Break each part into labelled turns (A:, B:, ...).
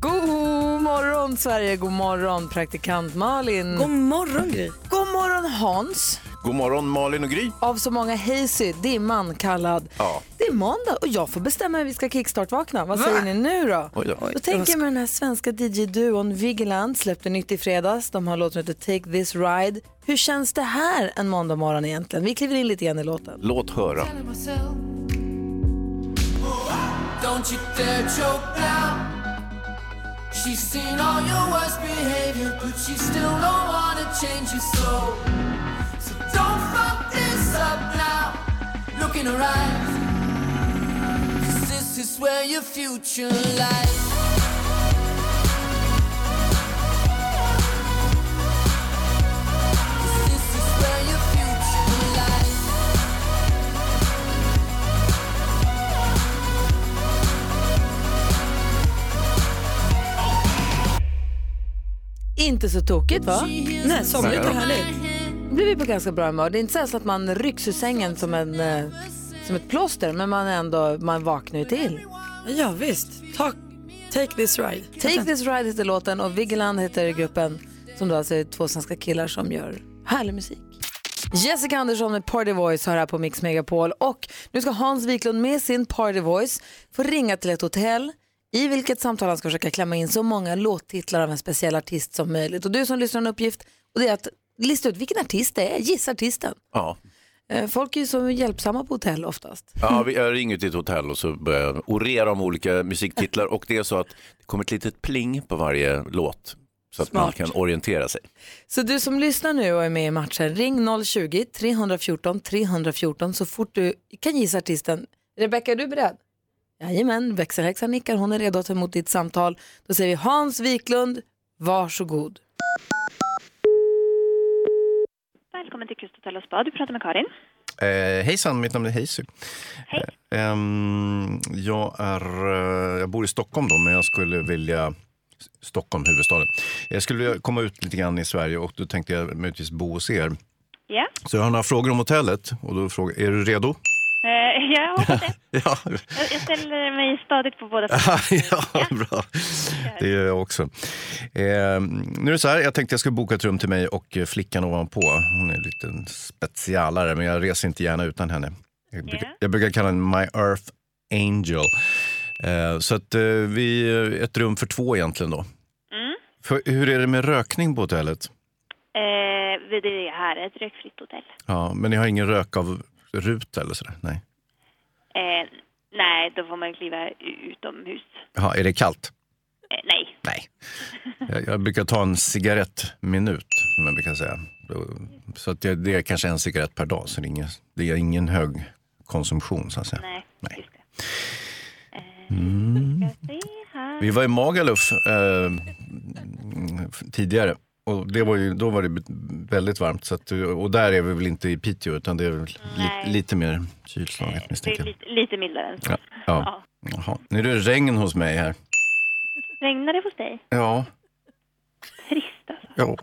A: God morgon Sverige, god morgon praktikant Malin.
B: God morgon Gry.
A: God morgon Hans.
C: God morgon Malin och Gry.
A: Av så många hazy, dimman kallad.
C: Ja.
A: Det är måndag och jag får bestämma hur vi ska kickstart-vakna. Vad säger ni nu då?
C: Oj då.
A: Då tänker jag med den här svenska DJ-duon Vigeland släppte nytt i fredags. De har en låt som heter Take This Ride. Hur känns det här en måndag morgon egentligen? Vi kliver in lite grann i låten.
C: Låt höra.
D: Don't you dare choke now. She's seen all your worst behavior, but she still don't wanna change you so. So don't fuck this up now. Look in her eyes. 'Cause this is where your future lies. This is where your future lies.
A: Inte så tokigt va?
B: Nej, somrigt och härligt.
A: Nu blir vi på ganska bra humör. Det är inte så här så att man rycks ur sängen som, en, eh, som ett plåster, men man, är ändå, man vaknar ju till.
B: Ja visst. Ta, take this ride.
A: Take this ride heter låten och Vigeland heter gruppen som då alltså är två svenska killar som gör härlig musik. Jessica Andersson med Party Voice har här på Mix Megapol och nu ska Hans Wiklund med sin Party Voice få ringa till ett hotell i vilket samtal han ska försöka klämma in så många låttitlar av en speciell artist som möjligt. Och du som lyssnar har en uppgift och det är att lista ut vilken artist det är, gissa artisten.
C: Ja.
A: Eh, Folk är ju så hjälpsamma på hotell oftast.
C: Ja, vi- jag ringer till ett hotell och så börjar jag orera om olika musiktitlar och det är så att det kommer ett litet pling på varje låt så att man
B: Smart.
C: kan orientera sig.
A: Så du som lyssnar nu och är med i matchen, ring 020-314 314 så fort du kan gissa artisten. Rebecka, är du beredd? Jajamän, växelhäxan nickar, hon är redo att ta emot ditt samtal. Då säger vi Hans Wiklund, varsågod.
E: Välkommen till Kusthotell och Spa. Du pratar med Karin.
F: Eh, hejsan, mitt namn är Heisy.
E: Hej.
F: Eh, ehm, jag, är, eh, jag bor i Stockholm, då, men jag skulle vilja... Stockholm, huvudstaden. Jag skulle vilja komma ut lite grann i Sverige och då tänkte jag möjligtvis bo hos er.
E: Ja,
F: Så jag har några frågor om hotellet. Och då frågar, är du redo?
E: eh, jag hoppas det.
F: Ja,
E: Jag- Jag ställer mig stadigt på båda sidor.
F: ja bra. Det gör jag också. Ehm, nu är det så här, jag tänkte jag skulle boka ett rum till mig och eh, flickan ovanpå. Hon är en liten specialare, men jag reser inte gärna utan henne. Jag brukar,
E: Ja.
F: jag brukar kalla henne My Earth Angel. Eh, så att eh, vi, ett rum för två egentligen då.
E: Mm.
F: För, hur är det med rökning på hotellet?
E: Eh, det här är ett rökfritt hotell.
F: Ja, men ni har ingen rök av ruta eller sådär? Nej.
E: Eh, nej, då får man kliva u- utomhus.
F: Jaha, är det kallt?
E: Eh, nej.
F: Nej. Jag, jag brukar ta en cigarettminut, som jag brukar säga. Så att det, det är kanske en cigarett per dag, så det är ingen, det är ingen hög konsumtion. Så att säga.
E: Nej, just det. Eh, ska se här.
F: Mm. Vi var i Magaluf eh, mm, tidigare. Och det var ju, då var det väldigt varmt. Så att, och där är vi väl inte i Piteå, utan det är väl li,
E: Nej. Eh,
F: lite mer kylslaget
E: Det är
F: misstänker jag.
E: lite, lite mildare än så.
F: Ja, ja. Jaha. Nu är det regn hos mig här.
E: Regnar det hos dig?
F: Ja.
E: Trist alltså.
F: ja.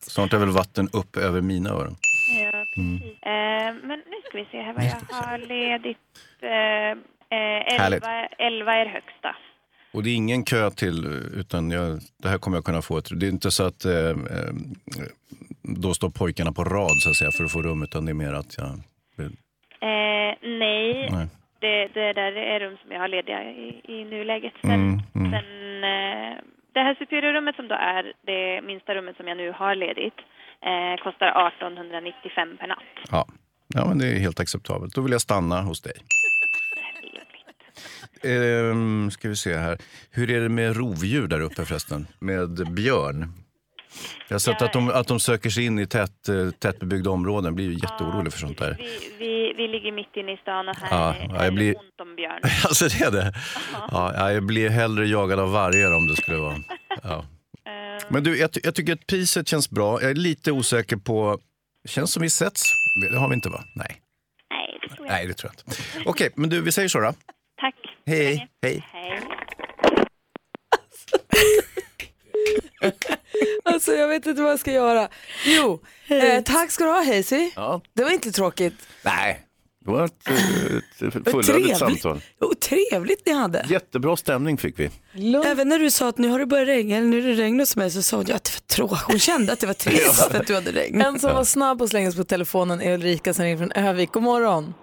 F: Snart är väl vatten upp över mina öron.
E: Ja, precis.
F: Mm.
E: Eh, men nu ska vi se här vad jag har ledigt. Eh, eh,
F: Härligt.
E: 11, 11 är högsta.
F: Och det är ingen kö till, utan jag, det här kommer jag kunna få. Ett, det är inte så att eh, eh, då står pojkarna på rad så att säga, för att få rum, utan det är mer att jag...
E: Eh, nej,
F: Nej.
E: Det, det där är rum som jag har lediga i, i nuläget. Sen,
F: Mm.
E: sen, eh, det här superiorrummet som då är det minsta rummet som jag nu har ledigt eh, kostar 1895 per natt.
F: Ja. ja, men det är helt acceptabelt. Då vill jag stanna hos dig.
E: Trevligt.
F: Ehm, ska vi se här. Hur är det med rovdjur där uppe förresten? Med björn? Jag har sett att de, att de söker sig in i tätt, eh, tättbebyggda områden. blir ju jätteorolig för sånt där.
E: Vi, vi, vi ligger mitt inne i stan och här
F: Ja,
E: är-
F: ja,
E: här
F: jag
E: är
F: blir-
E: det ont om björn.
F: Alltså det är det? Ja, jag blir hellre jagad av vargar om det skulle vara... Ja.
E: Eh, Mm.
G: Men du, jag, ty- jag tycker att priset känns bra. Jag är lite osäker på... Känns som vi setts. Det har vi inte va? Nej.
E: Nej, det tror jag.
G: Nej, det tror jag inte. Okej, men du, vi säger så då.
E: Tack.
G: Hej, hej.
E: Hej.
A: Alltså jag vet inte vad jag ska göra. Jo, eh, tack ska du ha Hazy.
F: Ja.
A: Det var inte tråkigt.
F: Nej, det var ett, eh, ett fullödigt
H: Trevligt.
F: samtal.
H: Och trevligt ni hade.
F: Jättebra stämning fick vi.
H: Även när du sa att nu har det börjat regna, eller nu är det regn hos mig, så sa hon ju att det var tråkigt. Hon kände att det var trist att du hade regn.
A: En som var snabb och slängas på telefonen är Ulrika som ringer från Övik. God morgon.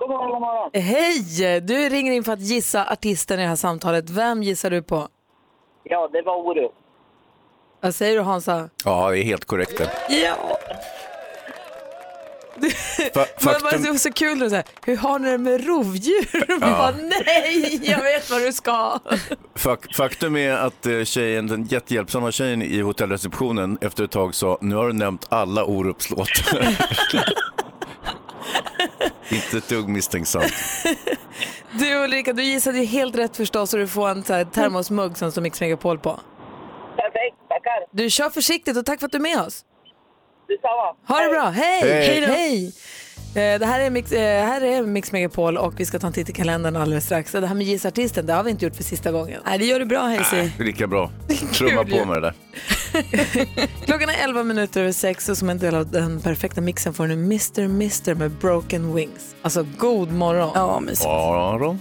I: God morgon, god morgon.
A: Hej! Du ringer in för att gissa artisten i det här samtalet. Vem gissar du på?
I: Ja, det var Orup.
A: Vad säger du Hansa?
F: Ja, det är helt korrekt det.
A: Ja.
F: Fa-
A: Men vad- det
F: faktum-
A: var så kul när du sa, hur har ni det med rovdjur? Och vi
F: Ja.
A: bara, nej, jag vet vad du ska.
F: Fak- Faktum är att eh, tjejen, den jättehjälpsamma tjejen i hotellreceptionen efter ett tag sa nu har du nämnt alla Orups låtar. Inte ett dugg misstänksamt.
A: Du Ulrika, du gissade ju helt rätt förstås och du får en så här, termosmugg som står Mix Megapol på.
I: Perfekt, tackar.
A: Du kör försiktigt och tack för att du är med oss.
I: Detsamma.
A: Ha det bra, hej!
I: Hej. Hej då.
A: Hej. Eh, Det här är, Mix, eh, här är Mix Megapol och vi ska ta en titt i kalendern alldeles strax. Det här med gissartisten, det har vi inte gjort för sista gången. Nej, det gör du bra Hazy.
F: Nej, Äh, lika bra. Trumma
A: ju.
F: på med det där.
A: Klockan är 11 minuter över sex och som en del av den perfekta mixen får nu Mr. Mr. med Broken Wings. Alltså god morgon. Ja,
F: Aron.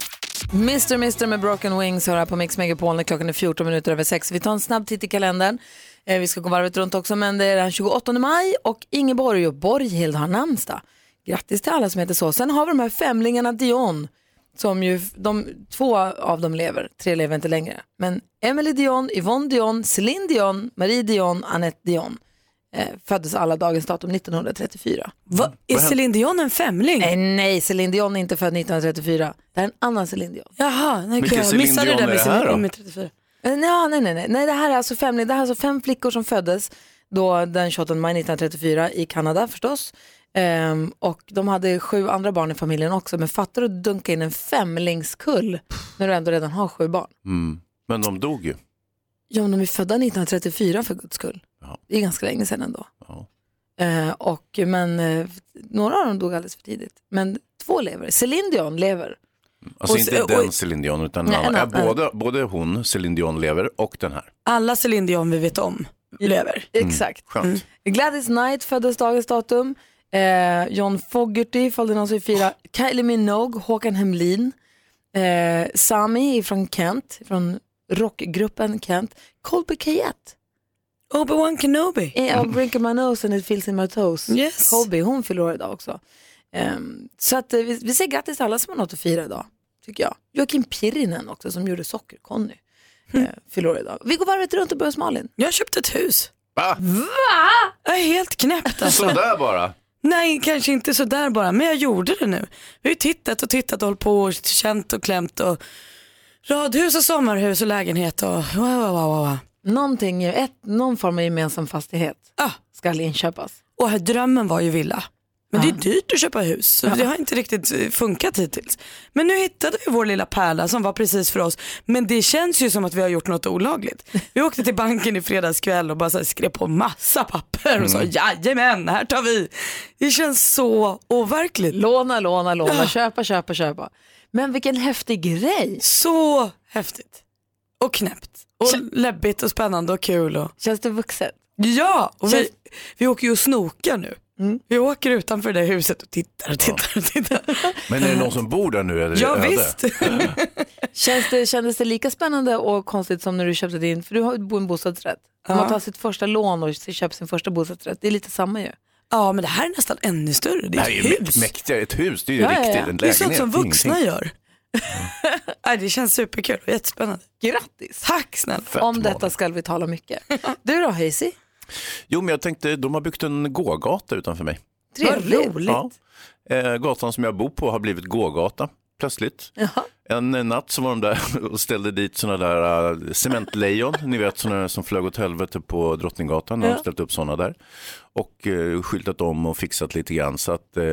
A: Mr. Mr. med Broken Wings hör här på Mix Megapol när klockan är 14 minuter över 6. Vi tar en snabb titt i kalendern. Eh, Vi ska gå varvet runt också, men det är den 28 maj och Ingeborg och Borghild har namnsdag. Grattis till alla som heter så. Sen har vi de här femlingarna Dion, som ju, de, två av dem lever, tre lever inte längre. Men Emily Dion, Yvonne Dion, Céline Dion, Marie Dion, Annette Dion eh, föddes alla dagens datum 1934. Va,
H: Är Céline Dion en femling?
A: Nej, Eh, nej, Céline Dion är inte född 1934. Det här är en annan Céline Dion.
H: Jaha, nej,
A: Vilken
H: gud, jag
A: Céline
H: missade det
A: Dion
H: där
A: är
H: med
A: det här
H: Céline
A: då?
H: Dion med 34.
A: Eh, nja, Nej, nej, nej, nej. Det här är alltså fem, det här är alltså fem flickor som föddes då den 28 maj 1934 i Kanada förstås. Ehm, och de hade sju andra barn i familjen också. Men fattar du att dunka in en femlingskull när du ändå redan har sju barn?
F: Mm. Men de dog ju.
A: Ja, men de är födda 1934 för guds skull. Det är ganska länge sedan ändå. Eh, och, men eh, några av dem dog alldeles för tidigt. Men två lever. Céline Dion lever.
F: Alltså
A: Och
F: inte
A: så-
F: den
A: och-
F: Céline Dion utan
A: Nej,
F: en annan.
A: en
F: Ja,
A: annan.
F: både, både hon, Céline Dion lever, och den här.
H: Alla Céline Dion vi vet om lever.
F: Mm,
A: Exakt.
F: skönt.
A: Gladys Knight föddes dagens datum. Eh, John Fogerty, ifall det är någon som vill
H: Oh.
A: fira. Kylie Minogue, Håkan Hemlin. Eh, Sami från Kent, från rockgruppen Kent. Colby Kayette.
H: Obi-Wan Kenobi.
A: Eh, I'll brink my nose and it fills in my toes.
H: Yes.
A: Colby, hon fyller år idag också. Ehm, så att, eh, vi, vi säger grattis till alla som har något att fira idag, tycker jag. Joakim Pirinen också, som gjorde Socker-Conny,
H: Hm.
A: eh, fyller år idag. Vi går varvet runt och börjar hos Malin.
H: Jag köpte ett hus.
F: Va?
H: Va? Jag är helt knäppt alltså.
F: Sådär bara.
H: Nej, kanske inte sådär bara, men jag gjorde det nu. Vi har ju tittat och tittat och hållit på och känt och klämt och radhus och sommarhus och lägenhet och wow, wow, wow, wow.
A: Någonting, ett, någon form av gemensam fastighet
H: Ah.
A: ska inköpas.
H: Och här, drömmen var ju villa. Men det är dyrt att köpa hus, så det har inte riktigt eh, funkat hittills. Men nu hittade vi vår lilla pärla som var precis för oss. Men det känns ju som att vi har gjort något olagligt. Vi åkte till banken i fredagskväll och bara så här skrev på massa papper och sa
A: Mm.
H: jajamän, här tar vi. Det känns så overkligt.
A: Låna, låna, låna,
H: Ja.
A: köpa, köpa, köpa. Men vilken häftig grej.
H: Så häftigt. Och knäppt. Och läbbigt och spännande och kul. Och...
A: Känns det vuxet?
H: Ja, och vi,
A: Känns-
H: vi åker ju och snokar nu. Vi åker utanför det där huset och tittar och tittar. Och tittar.
F: Men är det någon som bor där nu? Eller
H: Ja,
F: är det?
H: visst.
A: Känns det, kändes det lika spännande och konstigt som när du köpte din, för du har- bor i en bostadsrätt.
H: Ja.
A: Man tar sitt första lån och köper sin första bostadsrätt. Det är lite samma ju.
H: Ja, men det här är nästan ännu större.
F: Det
H: Det
F: här är
H: är
F: ju
H: ett hus.
F: mä- mäktigare, ett hus, det är ju
H: Ja, ja, ja.
F: riktigt, en lägenhet.
H: Det är sånt som
F: ingenting.
H: vuxna gör. Nej, det känns superkul och jättespännande.
A: Grattis!
H: Tack snälla.
A: Om detta ska vi tala mycket. Du då Hazy?
F: Jo, men jag tänkte, de har byggt en gågata utanför mig.
A: Trevligt. Vad roligt.
F: Ja. Eh, gatan som jag bor på har blivit gågata plötsligt. En eh, natt så var de där och ställde dit såna där eh, cementlejon, ni vet såna som flög åt helvete på Drottninggatan. De har
J: Ja.
F: ställt upp såna där och eh, skyltat om och fixat lite grann. Så att, eh,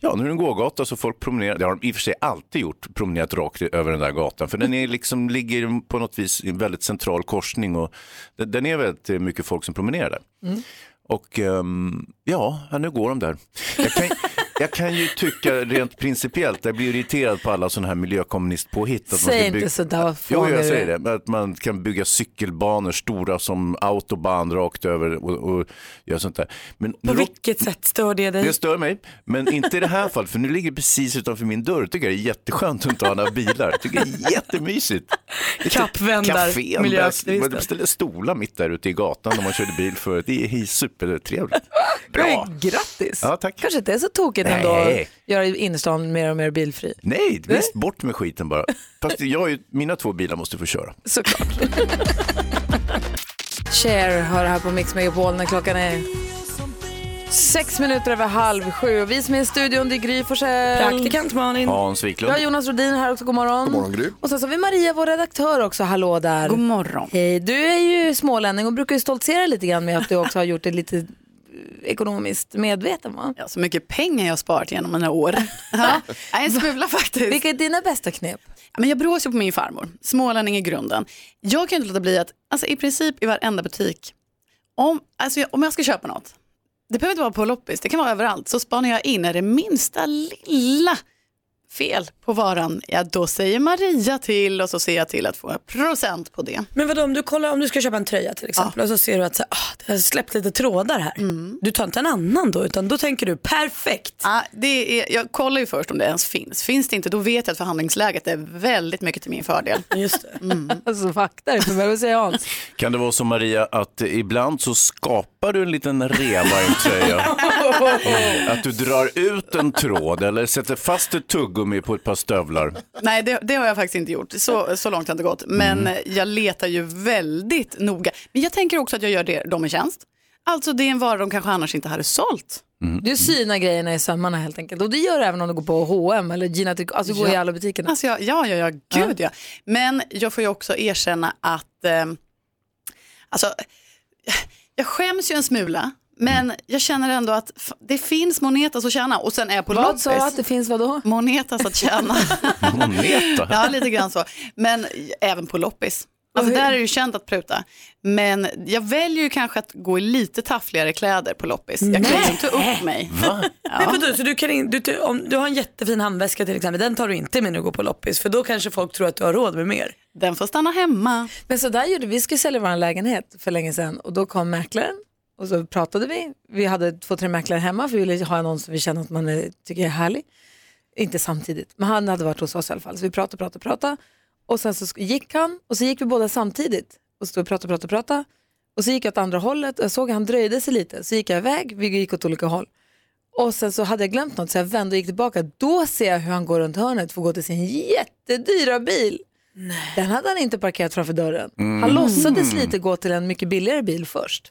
F: ja, nu är det en gågata så folk promenerar, det har de i och för sig alltid gjort, promenerat rakt över den där gatan. För den är liksom, ligger på något vis i en väldigt central korsning och den den är väldigt eh, mycket folk som promenerar där.
A: Mm.
F: Och ehm, ja, nu går de där. Jag kan, jag kan ju tycka rent principiellt, jag blir irriterad på alla sådana här miljökommunistpåhitt. att man ska
A: Säg inte
F: bygga-
A: sådär, vad fan
F: Jo,
A: är
F: jag
A: det?
F: säger det. Att man kan bygga cykelbanor stora som autobahn rakt över och, och göra sånt där. Men
H: På
F: nu råk-
H: vilket sätt stör det dig?
F: det stör mig, men inte i det här fallet, för nu ligger det precis utanför min dörr. tycker jag det är jätteskönt att inte ha några bilar. tycker det är jättemysigt. Lite
H: Kappvändar,
F: kafén,
H: miljöaktivister.
F: Man beställer stolar mitt där ute i gatan när man körde bil förut. Det är supertrevligt. Bra!
A: Grattis!
F: Ja, tack.
A: Kanske inte är så tokigt ändå
F: Nej.
A: att göra innerstan mer och mer bilfri.
F: Nej, visst, bort med skiten bara. Fast jag, är ju- mina två bilar måste få köra.
A: Cher hör här på Mix Megapol när klockan är sex minuter över halv sju. Vi som är i studion, det är Gry Forssell.
H: Praktikant Malin.
F: Hans
A: Vi
F: Wiklund.
A: har Jonas Rodin här också, god morgon.
F: God morgon, Gry.
A: Och sen så har vi Maria, vår redaktör också, hallå där. God
K: morgon.
A: Hej, du är ju smålänning och brukar ju stoltsera lite grann med att du också har gjort det lite eh, ekonomiskt medveten va?
K: Ja, så mycket pengar jag har sparat genom mina år. Ja, en smula faktiskt. Vilka
A: är dina bästa knep?
K: Men jag brås ju på min farmor, smålänning i grunden. Jag kan ju inte låta bli att, alltså i princip i varenda butik, om, alltså, jag- om jag ska köpa något, det behöver inte vara på loppis, det kan vara överallt, så spanar jag in är det minsta lilla fel på varan, ja då säger Maria till och så ser jag till att få en procent på det.
H: Men vadå om du kollar, om du ska köpa en tröja till exempel och så ser du att så, här, ah, det har släppt lite trådar här. Du tar inte en annan då utan då tänker du perfekt.
K: Mm. Ja, det är, jag kollar ju först om det ens finns. Finns det inte, då vet jag att förhandlingsläget är väldigt mycket till min fördel.
H: Just det.
K: Mm.
A: Alltså fakta, du behöver säga Hans.
F: Kan det vara som Maria, att ibland så skapar du en liten reva i en tröja? Att du drar ut en tråd eller sätter fast ett tuggummi på ett par stövlar?
K: Nej, det, det har jag faktiskt inte gjort. Så, så långt har jag inte gått. Men
F: Mm.
K: jag letar ju väldigt noga. Men jag tänker också att jag gör det de är tjänst. Alltså det är en vara de kanske annars inte hade sålt.
F: Mm.
A: Du synar grejerna i sömmarna helt enkelt och det gör du även om du går på H&M eller Gina Tricot, alltså går
K: Ja.
A: i alla butikerna.
K: Alltså jag, ja, ja, ja, gud ja. Men jag får ju också erkänna att, eh, alltså, jag skäms ju en smula.
A: Mm.
K: Men jag känner ändå att f- det finns monetas att tjäna och sen är jag på
A: Vad
K: loppis.
A: sa du att det finns vadå?
K: Monetas att tjäna.
F: Moneta?
K: Ja, lite grann så. Men även på loppis. Alltså, där är det ju känt att pruta. Men jag väljer ju kanske att gå i lite taffligare kläder på loppis. Jag klär ju inte upp mig.
H: Men vadå, så du, kan in, du, ty- om du har en jättefin handväska till exempel, den tar du inte med när du går på loppis för då kanske folk tror att du har råd med mer.
K: Den får stanna hemma.
A: Men så där gjorde vi, vi skulle sälja vår lägenhet för länge sedan och då kom mäklaren och så pratade vi. Vi hade två, tre mäklare hemma för vi ville ha någon som vi känner att man eh, tycker är härlig. Inte samtidigt, men han hade varit hos oss i alla fall. Så vi pratade, pratade, pratade och sen så sk- gick han och så gick vi båda samtidigt och stod och pratade, pratade, pratade. Och så gick jag åt andra hållet och jag såg att han dröjde sig lite. Så gick jag iväg, vi gick åt olika håll. Och sen så hade jag glömt något så jag vände och gick tillbaka. Då ser jag hur han går runt hörnet för att gå till sin jättedyra bil. Den hade han inte parkerat framför dörren.
K: Mm.
A: Han låtsades
K: Mm.
A: lite gå till en mycket billigare bil först.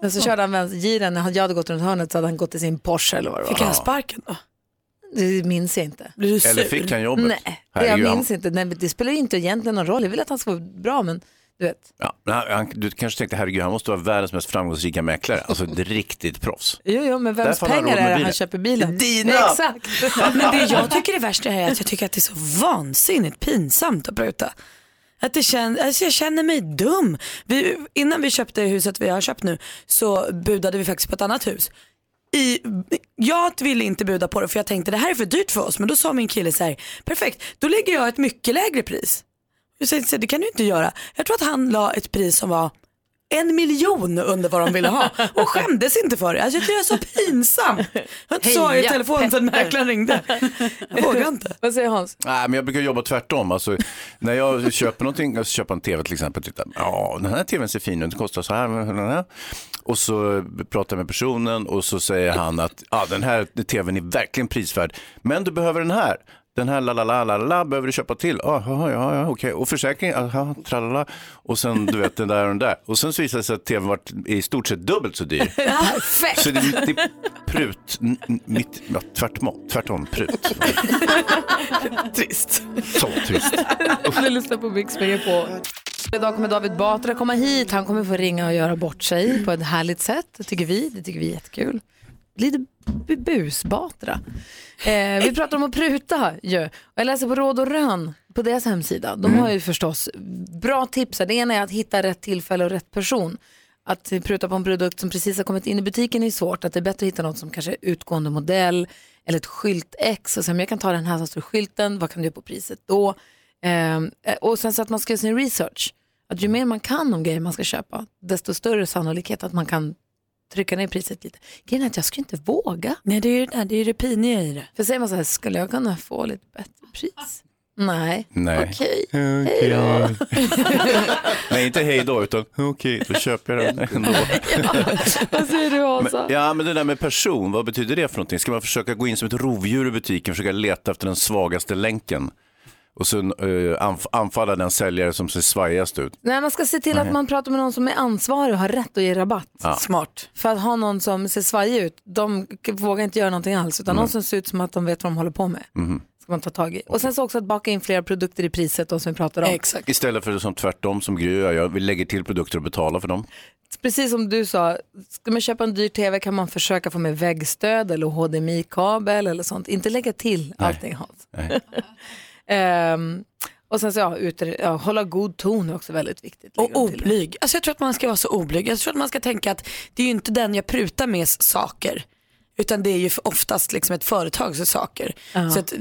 A: Men så körde han vänstergiren, när jag hade gått runt hörnet så hade han gått till sin Porsche eller vad det var.
H: Fick han sparken då?
A: Det minns jag inte.
H: Blir du
F: sur? Eller fick han jobbet?
A: Nej, det
F: Herregud,
A: jag
F: han-
A: minns inte. Nej, men det spelar ju inte egentligen någon roll. Jag vill att han ska vara bra men du vet.
F: Ja, men han, han, du kanske tänkte, herregud, han måste vara världens mest framgångsrika mäklare. Alltså ett riktigt proffs.
A: Jo, jo men vems
F: Därför har han
A: pengar
F: råd
A: är
F: med
A: det han
F: bilen.
A: köper bilen?
H: Dina!
A: Exakt.
H: Men det jag tycker är värst det här är att jag tycker att det är så vansinnigt pinsamt att pruta. Att det kän, alltså jag känner mig dum. Vi, innan vi köpte huset vi har köpt nu så budade vi faktiskt på ett annat hus. I, jag ville inte buda på det för jag tänkte det här är för dyrt för oss. Men då sa min kille så här, perfekt, då lägger jag ett mycket lägre pris. Jag sa, så här, det kan du inte göra. Jag tror att han la ett pris som var en miljon under vad de ville ha och skämdes inte för det. Alltså jag tycker det är så pinsamt. Jag har inte
A: Heja,
H: svarat i telefonen sedan
A: Petter.
H: mäklaren ringde. Jag vågar inte.
A: Vad säger Hans?
F: Nej, men jag brukar jobba tvärtom. Alltså, när jag köper någonting, jag köper en tv till exempel, tittar, ja den här tvn ser fin ut, den kostar så här. den här." Och så pratar jag med personen och så säger han att ja, den här tvn är verkligen prisvärd, men du behöver den här. Den här la la la la la behöver du köpa till. Ah, ja, ja, ja, okej. Och försäkring, aha, tralala. Och sen du vet den där och den där. Och sen så visade det sig att tvn var i stort sett dubbelt så dyr.
A: Perfekt!
F: Så det är mitt i prut, n- n- mitt, ja, tvärtom, tvärtom prut.
H: Trist.
F: Så trist.
A: Du lyssnar på Mix på. Idag kommer David Batra komma hit. Han kommer få ringa och göra bort sig på ett härligt sätt. Det tycker vi. Det tycker vi är jättekul. Lite bu- busbatra. Eh, vi pratar om att pruta ju. Och Jag läser på Råd och Rön på deras hemsida. De har ju förstås bra tips. här. Det ena är att hitta rätt tillfälle och rätt person. Att pruta på en produkt som precis har kommit in i butiken är svårt. Att det är bättre att hitta något som kanske är utgående modell eller ett skyltex. Och sen, men jag kan ta den här som står i skylten. Vad kan du göra på priset då? Ehm, och sen så att man ska göra sin research. Att ju mer man kan om grejer man ska köpa, desto större sannolikhet att man kan trycka ner priset lite. Grejen är att jag skulle inte våga.
H: Nej, det är ju det, där, det, är det piniga i det.
A: För säger man så här, skulle jag kunna få lite bättre pris? Nej.
F: Nej.
A: Okej.
F: Hej då. Nej, inte hej då, utan okej, då köper jag den ändå.
A: Vad säger du Åsa?
F: Men, ja, men det där med person, vad betyder det för någonting? Ska man försöka gå in som ett rovdjur i butiken och försöka leta efter den svagaste länken? Och sen eh, anf- anfalla den säljare som ser svajigast ut.
A: Nej, man ska se till att
F: Nej.
A: man pratar med någon som är ansvarig och har rätt att ge rabatt.
F: Ja.
H: Smart.
A: För att ha någon som ser svajig ut, de k- vågar inte göra någonting alls. Utan
F: Mm.
A: någon som ser ut som att de vet vad de håller på med.
F: Mhm.
A: Ska man ta tag i. Och sen så också att baka in flera produkter i priset, då, som vi pratar om.
F: Istället för det som tvärtom som Gry och jag gör, vi lägger till produkter och betalar för dem.
A: precis som du sa, ska man köpa en dyr tv kan man försöka få med väggstöd eller HDMI-kabel eller sånt. Inte lägga till
F: Nej.
A: allting Hans. Ehm, och sen så ja, utre- ja, hålla god ton är också väldigt viktigt.
H: Och oblyg. Alltså jag tror att man ska vara så oblyg. Jag tror att man ska tänka att det är ju inte den jag prutar med s- saker. Utan det är ju för- oftast liksom ett företags saker.
A: Ja.
H: Så att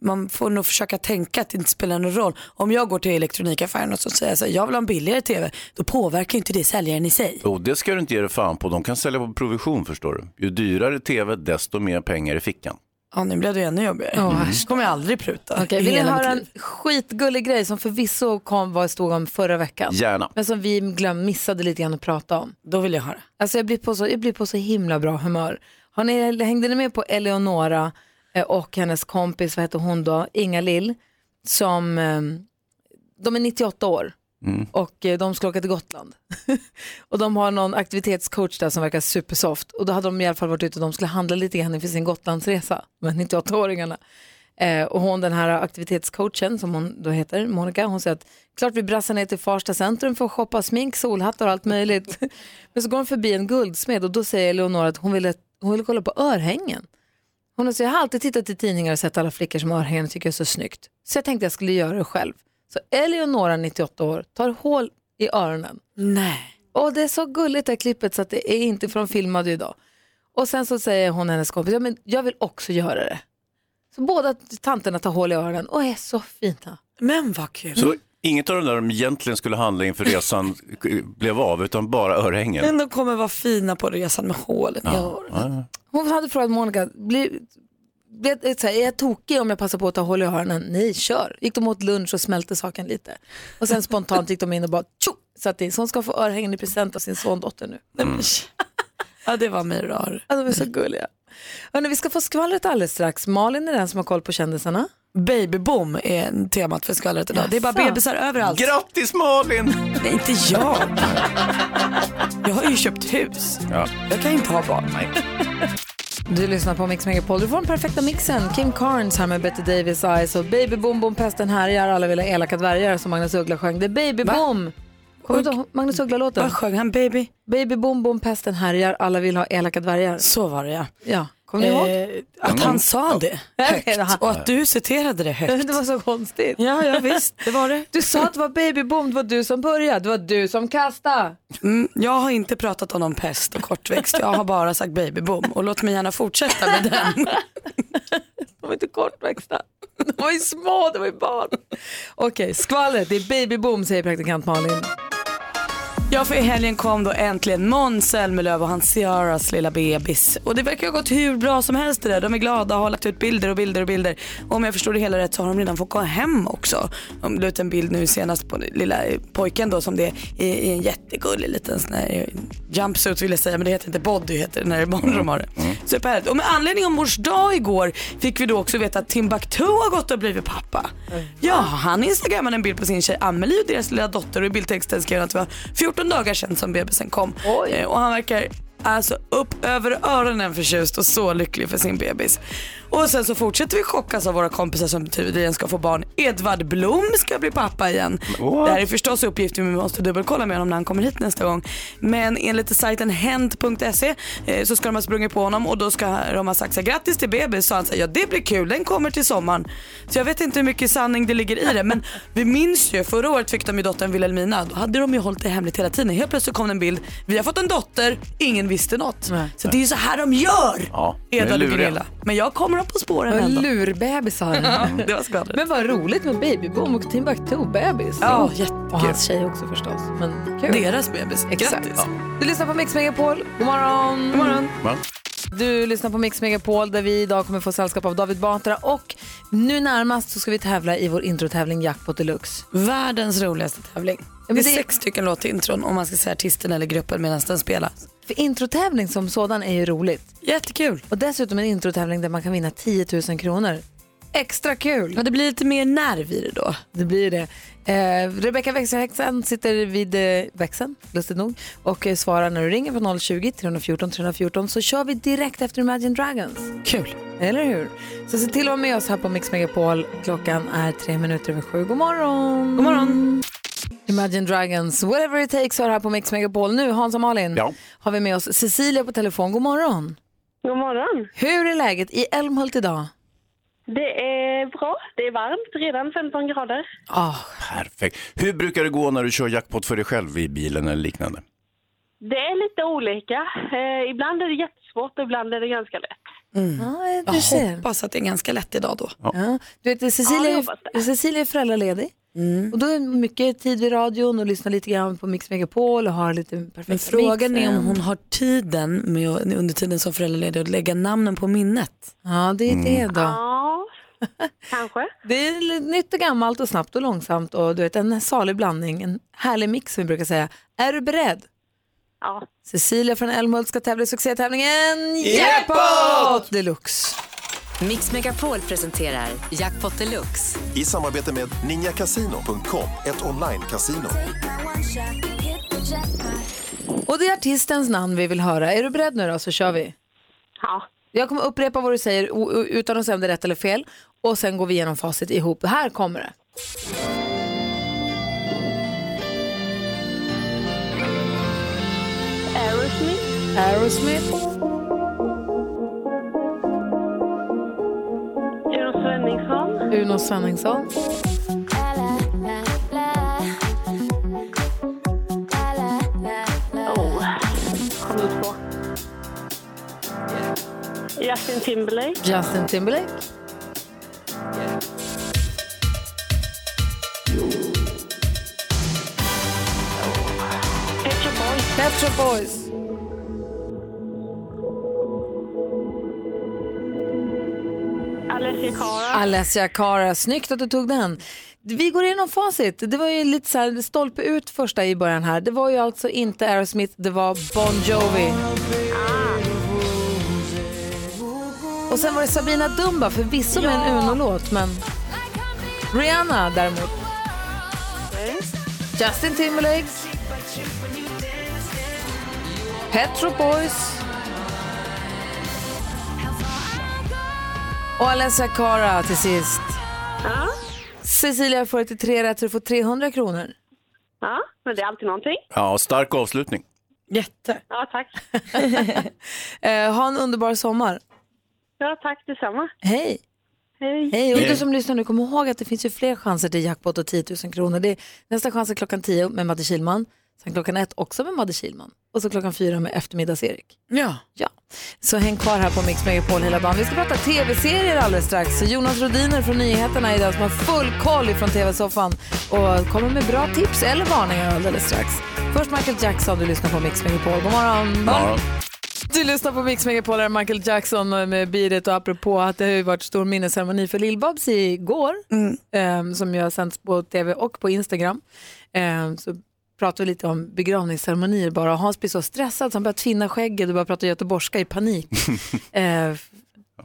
H: man får nog försöka tänka att det inte spelar någon roll. Om jag går till elektronikaffären och så säger jag så här, jag vill ha en billigare tv. Då påverkar ju inte det säljaren i sig.
F: Och det ska du inte ge dig fan på, de kan sälja på provision förstår du. Ju dyrare tv, desto mer pengar i fickan.
H: Ja, nu blev det ännu jobbigare.
A: Ja, Mm.
H: kommer jag aldrig pruta.
A: Okej,
H: i
A: vill ni
H: hela mitt
A: höra
H: liv.
A: en skitgullig grej som förvisso kom, var, stod om förra veckan?
F: Gärna.
A: Men som vi glöm, missade lite grann att prata om.
H: Då vill jag höra.
A: Alltså jag blir på så, jag blir på så himla bra humör. Har ni, hängde ni med på Eleonora eh, och hennes kompis, vad heter hon då, Inga Lill som, eh, de är 98 år och eh, de skulle åka till Gotland. och de har någon aktivitetscoach där som verkar supersoft och då hade de i alla fall varit ute och de skulle handla lite grann inför sin Gotlandsresa, de här 98-åringarna. Eh, och hon, den här aktivitetscoachen som hon då heter, Monica, hon säger att klart vi brassar ner till Farsta centrum för att shoppa smink, solhattar och allt möjligt. Men så går hon förbi en guldsmed och då säger Eleonora att hon ville, hon ville kolla på örhängen. Hon säger, jag har alltid tittat i tidningar och sett alla flickor som har örhängen och tycker det är så snyggt. Så jag tänkte jag skulle göra det själv. Så Eleonora, 98 år, tar hål i öronen.
H: Nej.
A: Och det är så gulligt det här klippet så att det är inte från filmade idag. Och sen så säger hon hennes kompis, ja, men jag vill också göra det. Så båda tanterna tar hål i öronen och är så fina.
H: Men vad kul.
F: Så inget av det där de egentligen skulle handla inför resan blev av, utan bara örhängen.
H: Men de kommer vara fina på resan med hålen. Ja.
F: Ja. Mm.
A: Hon hade frågat Monica, blir, blir, det så här, är jag tokig om jag passar på att ta hål i öronen? Nej, kör. Gick de åt lunch och smälte saken lite. Och sen spontant gick de in och bara tjo, satt i. Så hon ska få örhängen i present av sin sondotter nu.
H: ja, det var mig rar.
A: Ja, de är så gulliga. Hörrni, vi ska få skvallret alldeles strax. Malin är den som har koll på kändisarna.
H: Babyboom är en eh, temat för skvallret idag. Det är bara
A: Jaså?
H: bebisar överallt.
F: Grattis Malin!
H: Nej, inte jag. Jag har ju köpt hus.
F: Ja.
H: Jag kan inte ha barn.
A: Du lyssnar på Mix Megapol. Du får den perfekta mixen. Kim Carnes här med Betty Davis Eyes och Baby Boom Boom Pesten härjar. Alla vill ha elaka dvärgar som Magnus Uggla sjöng. Det är Baby Boom. Kommer du inte ihåg Magnus Uggla-låten?
H: Vad sjöng han? Baby?
A: Baby Boom Boom Pesten härjar. Alla vill ha elaka dvärgar.
H: Så var det ja. Eh,
A: Ja, kommer ni ihåg?
H: att han sa det högt och att du citerade det högt.
A: Det var så konstigt.
H: Ja, ja visst, det var det.
A: Du sa att det var Baby Boom, det var du som började, det var du som kastade.
H: Mm, jag har inte pratat om någon pest och kortväxt. Jag har bara sagt babyboom och låt mig gärna fortsätta med den.
A: De var inte kortväxta. De var ju små, de var ju barn. Okej, skvallret. Det är babyboom säger praktikant Malin.
H: Ja, för i helgen kom då äntligen Måns Zelmerlöw och hans Ciaras lilla bebis. Och det verkar ha gått hur bra som helst det där. De är glada och har lagt ut bilder och bilder och bilder. Och om jag förstår det hela rätt så har de redan fått gå hem också. De la ut en bild nu senast på lilla eh, pojken då som det är i, i en jättegullig liten sån här eh, jumpsuit vill jag säga, men det heter inte body heter det när barn de har det. Superhärligt. Och med anledning av mors dag igår fick vi då också veta att Timbuktu har gått och blivit pappa. Ja, han instagrammade en bild på sin tjej Amelie och deras lilla dotter och i bildtexten skrev han att det var 14 dagar sedan som bebisen kom. Eh, Och han verkar alltså upp över öronen förtjust och så lycklig för sin bebis. Och sen så fortsätter vi chockas av våra kompisar som tydligen ska få barn. Edvard Blom ska bli pappa igen.
J: what?
H: Det här är förstås uppgifter vi måste dubbelkolla med honom när han kommer hit nästa gång. Men enligt sajten hent.se eh, så ska de ha sprungit på honom och då ska de ha sagt så här, grattis till bebis. Så han säger ja det blir kul, den kommer till sommaren. Så jag vet inte hur mycket sanning det ligger i det men vi minns ju förra året fick de ju dottern Wilhelmina. Då hade de ju hållit det hemligt hela tiden. Helt plötsligt kom det en bild, vi har fått en dotter, ingen visste något. Så det är ju så här de gör.
F: Ja, de är
H: Edvard och
F: luriga.
H: Gunilla. Men jag kommer dem på spåren
A: Och
H: ändå.
A: lurbebisar.
H: det var skvallret.
A: Men vad roligt med Babyboom och Timbuktu-bebis.
H: Ja, jättekul.
A: Mm. Och hans tjej också förstås. Men kul.
H: Deras bebis.
A: Exakt.
H: Grattis.
A: Du lyssnar på Mix Megapol. God morgon. God morgon.
F: Va?
A: Du lyssnar på Mix Megapol där vi idag kommer få sällskap av David Batra och nu närmast så ska vi tävla i vår introtävling Jackpot Deluxe.
H: Världens roligaste tävling.
A: men
H: det är
A: det-
H: sex stycken låtintron om man ska säga artisten eller gruppen medan den spelas.
A: För introtävling som sådan är ju roligt.
H: Jättekul.
A: Och dessutom en introtävling där man kan vinna 10 000 kronor. Extra kul.
H: Ja, det blir lite mer nerv i det då.
A: Det blir det. Eh, Rebecka växelhäxan sitter vid eh, växeln, lustigt nog, och eh, svarar när du ringer på 020-314 314 så kör vi direkt efter Imagine Dragons.
H: Kul.
A: Eller hur? Så se till att vara med oss här på Mix Megapol. Klockan är tre minuter över sju. God morgon! God morgon! Imagine Dragons, whatever it takes, hör här på Mix Megapol. Nu, Hans och Malin, har vi med oss Cecilia på telefon. God morgon!
L: God morgon.
A: Hur är läget i Älmhult idag?
L: Det är bra. Det är varmt, redan 15 grader.
F: Perfekt. Hur brukar det gå när du kör jackpot för dig själv i bilen eller liknande?
L: Det är lite olika. Eh, ibland är det jättesvårt och ibland är det ganska lätt.
A: Ja,
H: jag hoppas att det är ganska lätt idag då.
A: Ja. Du vet, Cecilia, är, Cecilia är föräldraledig. Och då är det mycket tid vid radion och lyssnar lite grann på Mix Megapol och har lite perfekta
H: Men frågan är
A: mixen.
H: om hon har tiden med, att- under tiden som föräldraledig att lägga namnen på minnet. Mm.
A: Ja, det är det då.
L: Ja, kanske.
A: Det är li- nytt och gammalt och snabbt och långsamt och du vet en salig blandning, en härlig mix som vi brukar säga. Är du beredd?
L: Ja.
A: Cecilia från Älmhult ska tävla i succétävlingen
M: Jackpot!
A: Deluxe.
M: Mix Megapol presenterar Jackpot Deluxe.
N: I samarbete med ninjakasino.com, ett online-casino.
A: Och det är artistens namn vi vill höra. Är du beredd nu då så kör vi.
L: Ja.
A: Jag kommer upprepa vad du säger o- o- utan att säga om det är rätt eller fel och sen går vi igenom facit ihop. Här kommer det.
L: Aerosmith.
A: Aerosmith.
L: Uno Svenningsson.
A: Uno Svenningsson.
L: Oh, kom ut på. Justin Timberlake.
A: Justin Timberlake.
L: Pet Shop Boys.
A: Pet Shop Boys.
L: Alessia Cara.
A: Alessia Cara, snyggt att du tog den. Vi går igenom facit. Det var ju lite så här stolpe ut första i början här. Det var ju alltså inte Aerosmith, det var Bon Jovi. Och sen var det Sabina Dumba, förvisso med en Uno-låt, men Rihanna däremot. Justin Timberlake, Pet Shop Boys och Alessia Cara till sist.
L: Ja.
A: Cecilia får det till tre rätt så du får 300 kronor.
L: ja, men det är alltid någonting.
F: Ja, stark avslutning.
A: Jätte.
L: Ja, tack.
A: Eh, ha en underbar sommar.
L: Ja, tack detsamma.
A: Hej!
L: Hej!
A: Hej! Och du
L: Hej.
A: som lyssnar nu, kom ihåg att det finns ju fler chanser till jackpot och 10 000 kronor. Det är nästa chans är klockan 10 med Matti Kilman. Sen klockan ett också med Madde Kilman. Och så klockan fyra med Eftermiddags-Erik.
H: Ja.
A: Ja. Så häng kvar här på Mix Megapol hela dagen. Vi ska prata tv-serier alldeles strax. Så Jonas Rodiner från nyheterna är den som har full koll från tv-soffan och kommer med bra tips eller varningar alldeles strax. Först Michael Jackson, du lyssnar på Mix Megapol. God morgon! Du lyssnar på Mix Megapol, här är Michael Jackson med Beat It. och apropå att det har ju varit stor minnesceremoni för Lill-Babs igår eh, som ju har sänts på tv och på Instagram. Eh, så pratade vi lite om begravningsceremonier bara och Hans blir så stressad så han börjar tvinna skägget och börjar prata göteborgska i panik. eh,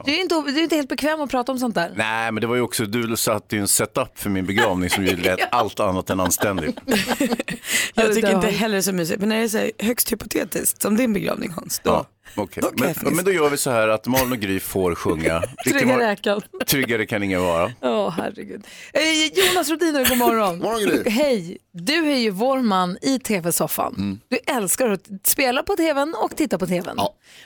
A: du, är inte, du är inte helt bekväm att prata om sånt där.
F: Nej, men det var ju också, du satte ju en setup för min begravning som ju lät allt annat än anständigt.
H: Jag tycker
F: där
H: inte
F: har-
H: heller det är så mysigt. Men när det är så här högst hypotetiskt, som din begravning Hans, då.
F: Ja, okej. men, men då gör vi så här att Malin och Gry får sjunga. Vilken
A: Trygga
F: var-
A: räkan.
F: Tryggare kan ingen vara.
A: Åh herregud. Eh, Jonas Rhodiner, god morgon.
F: Morgon, Gry.
A: Hej, du är ju vår man i tv-soffan.
J: Mm.
A: Du älskar att spela på tvn och titta på tvn.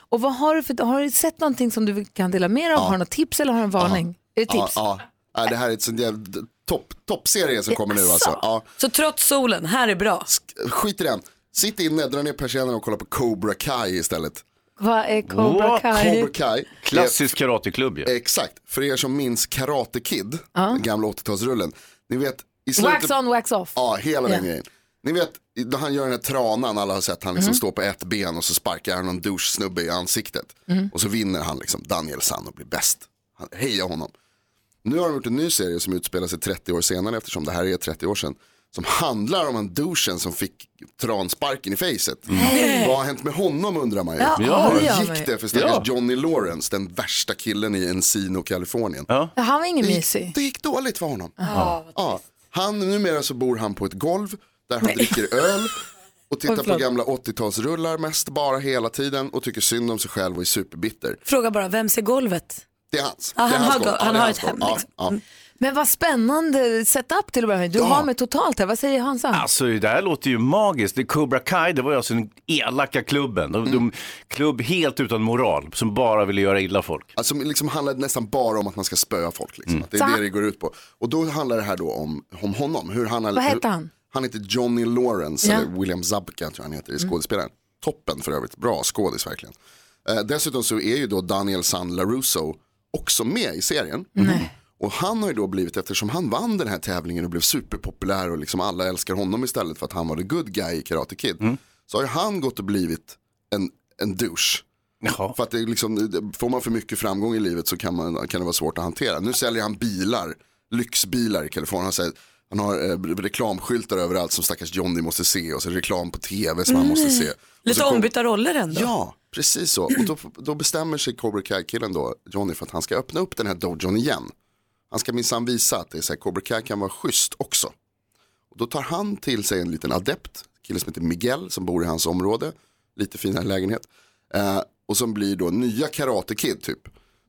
A: Och vad har, du för, har du sett någonting som du kan dela med dig av? Har du något tips eller har du en varning? Är det tips?
J: Ja, ja. ja, det här är ett sånt jävla topp, toppserie som kommer nu alltså. Ja.
H: Så trots solen, här är bra.
J: Skit i den. Sitt inne, dra ner persiennerna och kolla på Cobra Kai istället.
A: Vad är Cobra Kai?
J: Cobra Kai.
F: Klassisk karateklubb ju.
J: Exakt, för er som minns Karate Kid, den gamla 80-talsrullen. Ni vet, i slutet...
A: Wax on, wax off.
J: Ja, hela
A: Ja.
J: den grejen. Ni vet, då han gör den här tranan, alla har sett han liksom
A: Mm.
J: står på ett ben och så sparkar han någon douche-snubbe i ansiktet.
A: Mm.
J: Och så vinner han liksom, Daniel San och blir bäst. Han, heja honom. Nu har de gjort en ny serie som utspelar sig 30 år senare eftersom det här är 30 år sedan. Som handlar om en douchen som fick transparken i facet.
A: Nej.
J: Vad har hänt med honom undrar man ju.
A: Mm. Ja, Ja. det gör man
J: Hur
A: ju.
J: gick det för stackars
A: Ja.
J: Johnny Lawrence, den värsta killen i Encino, Kalifornien?
A: Ja, Han var ingen
J: Det gick-
A: mysig.
J: Det gick dåligt för honom.
A: Ja.
J: Ja, han, numera så bor han på ett golv där han dricker öl och tittar på
H: förlåt.
J: gamla 80-talsrullar mest bara hela tiden och tycker synd om sig själv och är superbitter.
H: Fråga bara, vem ser golvet?
J: Det är hans.
H: Ja,
J: det är
H: han
J: hans
H: har
J: golv.
H: go-
J: Ja,
H: han
J: det är
H: har
J: hans
H: ett
J: golv.
H: hem, liksom.
J: Ja, ja.
A: Men vad spännande setup till att börja med. Du har mig totalt här. Vad säger Hansa?
F: Alltså det här låter ju magiskt. Det Cobra Kai, det var ju alltså den elaka klubben. De, de, klubb helt utan moral, som bara ville göra illa folk.
J: Alltså liksom handlar det nästan bara om att man ska spöa folk. Liksom. Att det
A: Så
J: är
A: han-
J: det det går ut på. Och då handlar det här då om, om honom. Hur han, har-
A: Vad
J: hur-
A: heter han?
J: Han heter Johnny Lawrence,
A: Ja. Mm.
J: eller William Zabka tror jag han heter, i skådespelaren. Toppen för övrigt, bra skådis verkligen. Eh, dessutom så är ju då Daniel San LaRusso också med i serien. Mm. Och han har ju då blivit, eftersom han vann den här tävlingen och blev superpopulär och liksom alla älskar honom istället för att han var the good guy i Karate Kid. Så har ju han gått och blivit en, en douche. För att det är liksom, det- får man för mycket framgång i livet så kan, man, kan det vara svårt att hantera. Nu säljer han bilar, lyxbilar i Kalifornien. Han, säger, han har eh, reklamskyltar överallt som stackars Johnny måste se och så reklam på tv som han måste
H: Nej.
J: se. Och
H: Lite
J: så kom-
H: ombytta roller ändå.
J: Ja, precis så. Och då, då bestämmer sig Cobra Kai-killen då, Johnny, för att han ska öppna upp den här dojon igen. Han ska minsann visa att det är så här, Cobra Kai kan vara schysst också. Och då tar han till sig en liten adept, kille som heter Miguel, som bor i hans område, lite finare lägenhet. Eh, och som blir då nya Karate Kid typ.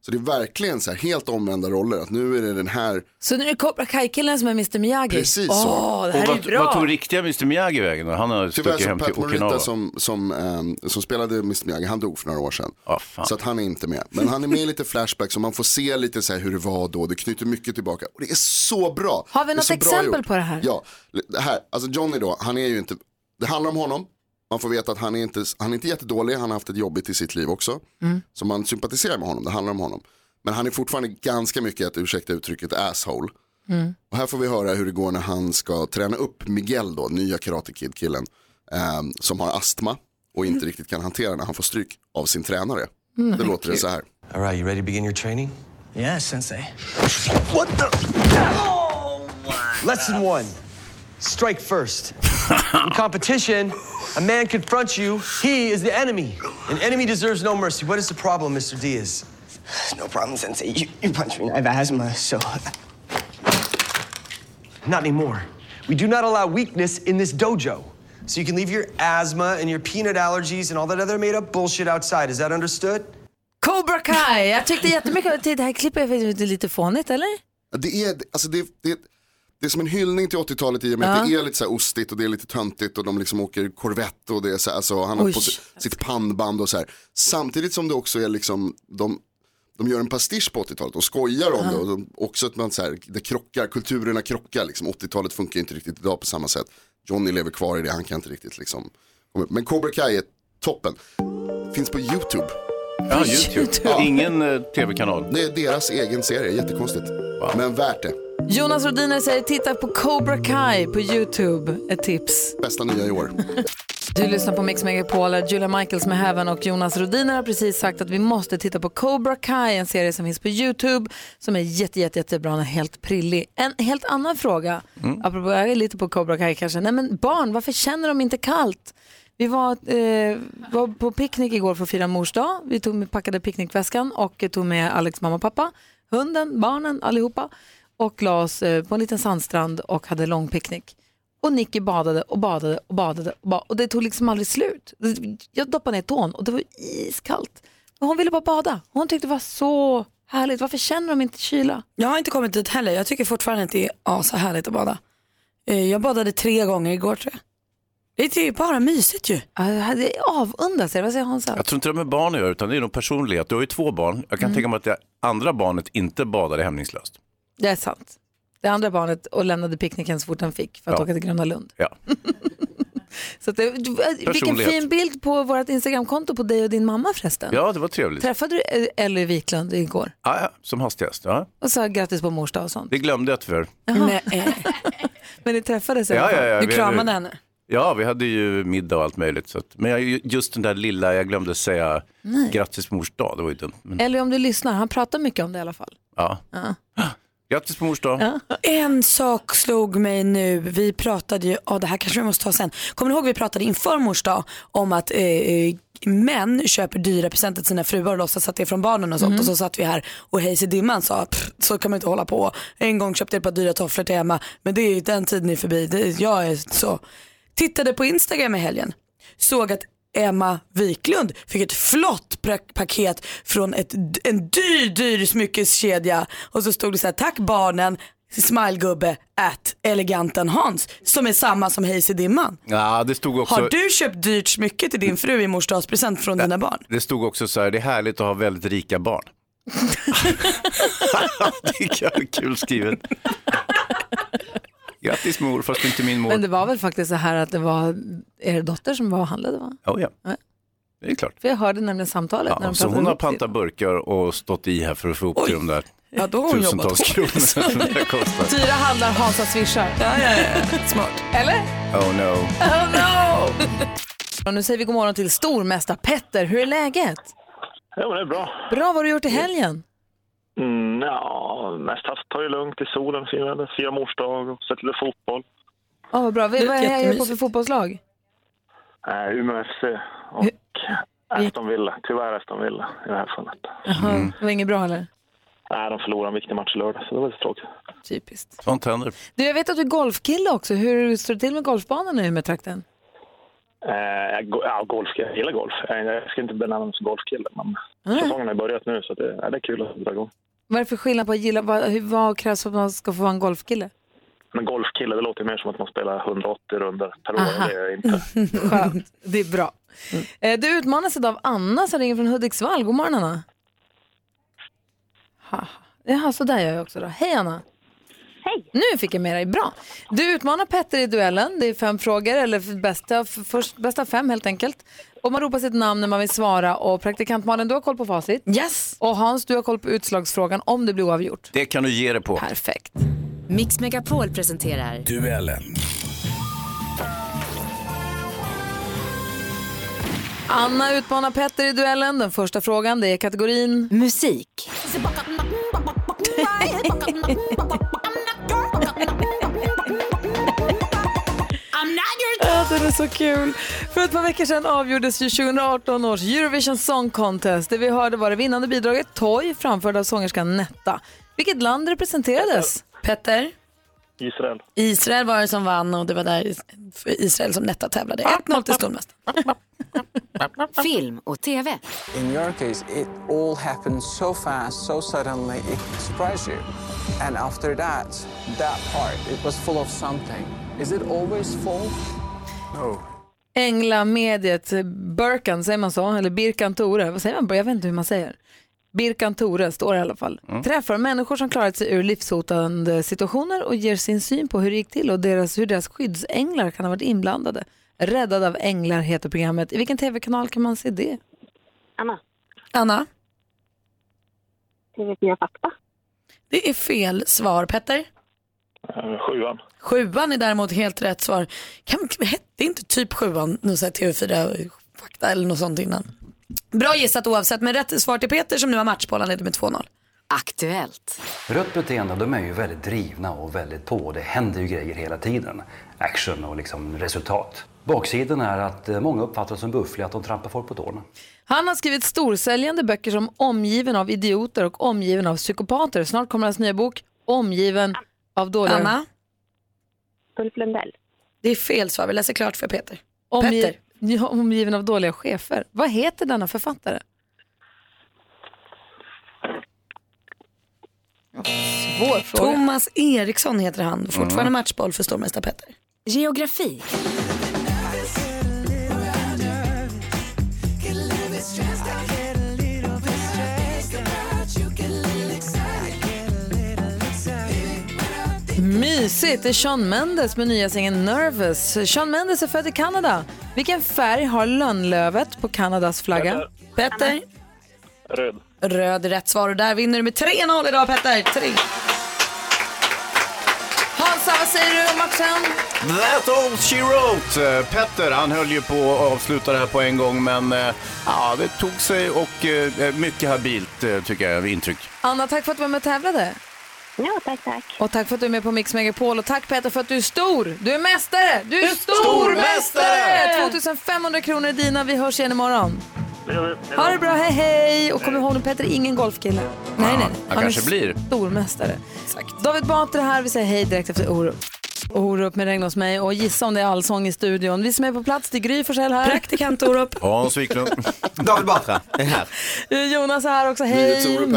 J: Så det är verkligen så här helt omvända roller, att nu är det den här
A: Så nu är det Cobra Kai-killen som är Mr Miyagi?
J: Precis
A: Åh,
J: så.
A: det här
F: och
A: är
F: vad,
A: bra.
F: vad tog riktiga Mr Miyagi vägen? då? Han har
J: Tyvärr
F: stuckit
J: så
F: hem till
J: Pat
F: Okinawa.
J: Morita som, som, ehm, som spelade Mr Miyagi, han dog för några år sedan. så att han är inte med. Men han är med i lite flashbacks och man får se lite så här hur det var då. Det knyter mycket tillbaka. Och det är så bra.
A: Har vi
J: Det är
A: något
J: så bra
A: exempel
J: gjort.
A: på det här?
J: Ja, det här, alltså Johnny då, han är ju inte, det handlar om honom. Man får veta att han är inte, han är inte jättedålig, han har haft ett jobbigt i sitt liv också.
A: Mm.
J: Så man sympatiserar med honom, det handlar om honom. Men han är fortfarande ganska mycket, att ursäkta uttrycket, asshole.
D: Mm.
J: Och här får vi höra hur det går när han ska träna upp Miguel då, nya Karate Kid-killen. ehm, som har astma och inte riktigt kan hantera när han får stryk av sin tränare.
O: Mm.
J: Då låter det så här.
O: All right, you ready to begin your training? Yeah, sensei.
J: What the?
O: Lesson one strike first. In competition, a man confronts you, he is the enemy. An enemy deserves no mercy. What is the problem, Mr. Diaz? No problem, sensei. You, you punch me. I have asthma, so. Not anymore. We do not allow weakness in this dojo. So you can leave your asthma and your peanut allergies and all that other made up bullshit outside. Is that understood?
A: Cobra Kai, jag tyckte jättemycket att det här klippet är lite fånigt eller?
J: Det är, alltså det, det, det är som en hyllning till 80-talet i och med att det
A: Ja.
J: är lite så här ostigt och det är lite töntigt och de liksom åker Corvette och det är så här, alltså han har
A: Oj.
J: på sig, sitt pannband och så här. Samtidigt som det också är liksom, de, de gör en pastisch på 80-talet, de skojar om det och de, också att man så här, det krockar, kulturerna krockar liksom, 80-talet funkar ju inte riktigt idag på samma sätt. Johnny lever kvar i det, han kan inte riktigt liksom. komma upp. Men Cobra Kai är toppen, finns på YouTube.
F: Ja, YouTube. Ingen eh, tv-kanal.
J: Det är deras egen serie, jättekonstigt. Men värt det.
A: Jonas Rodiner säger titta på Cobra Kai på Youtube. Ett tips.
J: Bästa nya i år.
A: Du lyssnar på Mix Megapol, där Julia Michaels med Heaven och Jonas Rodiner har precis sagt att vi måste titta på Cobra Kai, en serie som finns på Youtube som är jätte, jätte, jättebra och helt prillig. En helt annan fråga,
D: Mm.
A: apropå, jag är lite på Cobra Kai kanske, nej men barn, varför känner de inte kallt? Vi var, eh, var på picknick igår för att fira mors dag. Vi tog med, packade picknickväskan och tog med Alex mamma och pappa, hunden, barnen, allihopa och la oss eh, på en liten sandstrand och hade lång picknick. Och Nicky badade och badade och badade och, ba- och det tog liksom aldrig slut. Jag doppade ner tån och det var iskallt. Men hon ville bara bada. Hon tyckte det var så härligt. Varför känner de inte kyla?
H: Jag har inte kommit dit heller. Jag tycker fortfarande att det är ashärligt att bada. Eh, Jag badade tre gånger igår tror jag. Det är ju bara mysigt ju.
A: Det avundas er. Vad säger Hansa?
F: Jag tror inte det har med barn att göra, utan det är nog personlighet. Du har ju två barn. Jag kan
A: Mm.
F: tänka mig att det andra barnet inte badade hämningslöst.
A: Det är sant. Det andra barnet och lämnade picknicken så fort han fick för att
F: Ja.
A: åka till Gröna Lund.
F: Ja.
A: Så att det, du- äh, vilken
F: Personlighet.
A: fin bild på vårt Instagramkonto på dig och din mamma förresten.
F: ja, det var trevligt.
A: Träffade du eh, Ellie Wiklund igår
F: Ja, ja, som hastigast. Ja.
A: och sa grattis på mors dag och sånt?
F: Det glömde jag tyvärr.
A: Men ni träffades i
F: Ja,
A: alla fall.
F: ja, ja, vi- vi-
A: henne?
F: Ja, vi hade ju middag och allt möjligt. Så att, men jag, just den där lilla, jag glömde säga
A: Nej.
F: grattis på mors dag. Det var ju dumt. Men,
A: Eller om du lyssnar, han pratar mycket om det i alla fall.
F: ja. Grattis på mors dag.
H: En sak slog mig nu. Vi pratade ju, oh, det här kanske vi måste ta sen. Kommer ni ihåg vi pratade inför mors dag om att eh, eh, män köper dyra presenter till sina fruar och låtsas att det är från barnen och sånt.
A: Mm.
H: Och så satt vi här och Hayes i dimman sa "Pff, så kan man inte hålla på. En gång köpte jag ett par dyra tofflor till Emma men det är ju den tiden är förbi. Det, jag är så. Tittade på Instagram i helgen. Såg att Emma Wiklund fick ett flott pra- paket från ett, en dyr, dyr smyckeskedja och så stod det så här, tack barnen, smilegubbe at eleganten Hans som är samma som Hayes i dimman.
F: Ja, det stod också...
H: Har du köpt dyrt smycke till din fru i morsdagspresent från dina barn?
F: Det stod också så här, det är härligt att ha väldigt rika barn. Tycker jag är kul skrivet. Grattis mor, fast inte min mor.
A: Men det var väl faktiskt så här att det var er dotter som var och handlade va?
F: Ja, ja. Det är klart.
A: För jag hörde nämligen samtalet när
F: Ja,
A: de
F: så
A: pratade
F: hon har
A: ihop sig.
F: pantat burkar och stått i här för att få ihop till de där
H: Ja, då har hon
F: tusentals
H: jobbat
F: kronor som det där kostar.
A: Tyra handlar, Hansa swishar.
H: Ja, ja, ja. Smart.
A: Eller?
F: Oh no.
A: Oh no! och nu säger vi god morgon till stormästare Petter. Hur är läget?
P: Jo, men det är bra.
A: Bra, vad har du gjort i helgen?
P: Mm, ja, mest haft ta det lugnt i solen, firade, firade morsdag och sett lite fotboll.
A: Ja, vad bra. Vi,
P: Det
A: vad
P: låter
A: är jag på för
P: jättemysigt.
A: fotbollslag?
F: Mm.
P: Äh, Umeå FC och Aston Villa. Tyvärr Aston Villa i det här fallet.
A: Jaha, det var inget bra eller?
P: Nej, de förlorade en viktig match i lördag, så det var lite tråkigt.
A: Typiskt.
F: Sånt händer.
A: Du, jag vet att du är golfkille också. Hur står det till med golfbanan nu med trakten?
P: Eh, jag go- ja, golf, jag gillar golf. Jag, jag ska inte benämna mig som golfkille, men
A: Mm.
P: säsongen har börjat nu så det, ja, det är kul att dra igång.
A: Vad är det för skillnad på att gilla, vad, hur- vad krävs för att man ska få vara en golfkille?
P: Men golfkille, det låter mer som att man spelar 180 runder per år.
A: Aha.
P: Det är jag inte. Mm.
A: Skönt, det är bra. Eh, Du utmanas idag av Anna som ringer från Hudiksvall. God morgon Anna. Ha. Jaha, så där gör jag också då. Hej Anna. Hej. Nu fick jag med dig, bra. Du utmanar Petter i duellen. Det är fem frågor, eller f- bästa, f- först, bästa fem helt enkelt. Och man ropar sitt namn när man vill svara. Och praktikant Malin, du har koll på facit.
H: Yes.
A: Och Hans, du har koll på utslagsfrågan om det blir oavgjort.
F: Det kan du ge dig på.
A: Perfekt.
M: Mix Megapol presenterar
F: Duellen.
A: Anna utmanar Petter i duellen. Den första frågan, det är kategorin... Musik. Ja, den är så kul. För ett par veckor sedan avgjordes ju 2018 års Eurovision Song Contest. Det vi hörde var det vinnande bidraget Toy framförd av sångerskan Netta. Vilket land representerades?
H: Petter?
P: Israel.
H: Israel var det som vann och det var där för Israel som Netta tävlade. 1-0 till stormästaren.
M: film och tv.
Q: In your case, it all happened so fast, so suddenly, it surprised you. And after that, that part, it was full of something. Is it always full? No.
A: Änglamediet Birkan, säger man så? Eller Birkan Tore? Vad säger man? Jag vet inte hur man säger. Birkan Tore står i alla fall.
D: Mm.
A: Träffar människor som klarat sig ur livshotande situationer och ger sin syn på hur det gick till och deras, hur deras skyddsänglar kan ha varit inblandade. Räddad av änglar heter programmet. I vilken tv-kanal kan man se det?
L: Anna,
H: Anna?
L: TV4 Fakta.
H: Det är fel svar Petter.
P: Eh, Sjuan.
H: Sjuan är däremot helt rätt svar. Kan, hette inte typ sjuan någon sån här TV4 Fakta eller något sånt innan? Bra gissat oavsett men rätt svar till Peter som nu har matchbollen leder med 2-0.
M: Aktuellt.
R: Rött beteende, de är ju väldigt drivna och väldigt på. Det händer ju grejer hela tiden. Action och liksom resultat. Baksidan är att eh, många uppfattar det som buffliga att de trampar folk på tårna.
A: Han har skrivit storsäljande böcker som Omgiven av idioter och Omgiven av psykopater. Snart kommer hans nya bok Omgiven av dåliga...
H: Anna?
L: Ulf Lundell.
H: Det är fel svar, vi läser klart för Peter.
A: Omgi... Ja, Omgiven av dåliga chefer. Vad heter denna författare? Svår fråga.
H: Thomas Eriksson heter han, fortfarande
F: Mm.
H: matchboll för stormästare Petter.
M: Geografi.
A: Mysigt! Det är Shawn Mendes med nya singeln Nervous. Shawn Mendes är född i Kanada. Vilken färg har lönnlövet på Kanadas flagga?
H: Petter?
P: Röd.
H: Röd är rätt svar och där vinner du med 3-0 idag Petter. 3.
A: Hansa, vad säger du om matchen?
F: That old she wrote. Eh, Petter, han höll ju på att avsluta det här på en gång, men eh, ja, det tog sig och eh, mycket habilt, eh, tycker jag, intryck.
A: Anna, tack för att du var med och tävlade.
L: Ja, tack, tack.
A: Och tack för att du är med på Mix Megapol och tack Peter för att du är stor. Du är mästare! Du är stormästare!
D: stormästare!
A: 2500 kronor är dina. Vi hörs igen imorgon.
D: Det gör vi.
A: Ha det bra, hej hej! Och kom ihåg nu Peter är ingen golfkille. Nej, nej.
F: han
A: är
F: kanske blir.
A: Stormästare. David Batra här, vi säger hej direkt efter Orup. Orup med Regn hos mig och gissa om det är allsång i studion. Vi som är på plats, det är Gry Forssell här. Praktikant Orup.
F: Hans Wiklund. David Batra är här.
A: Eh, Jonas är här också,
F: Nyhets-Orup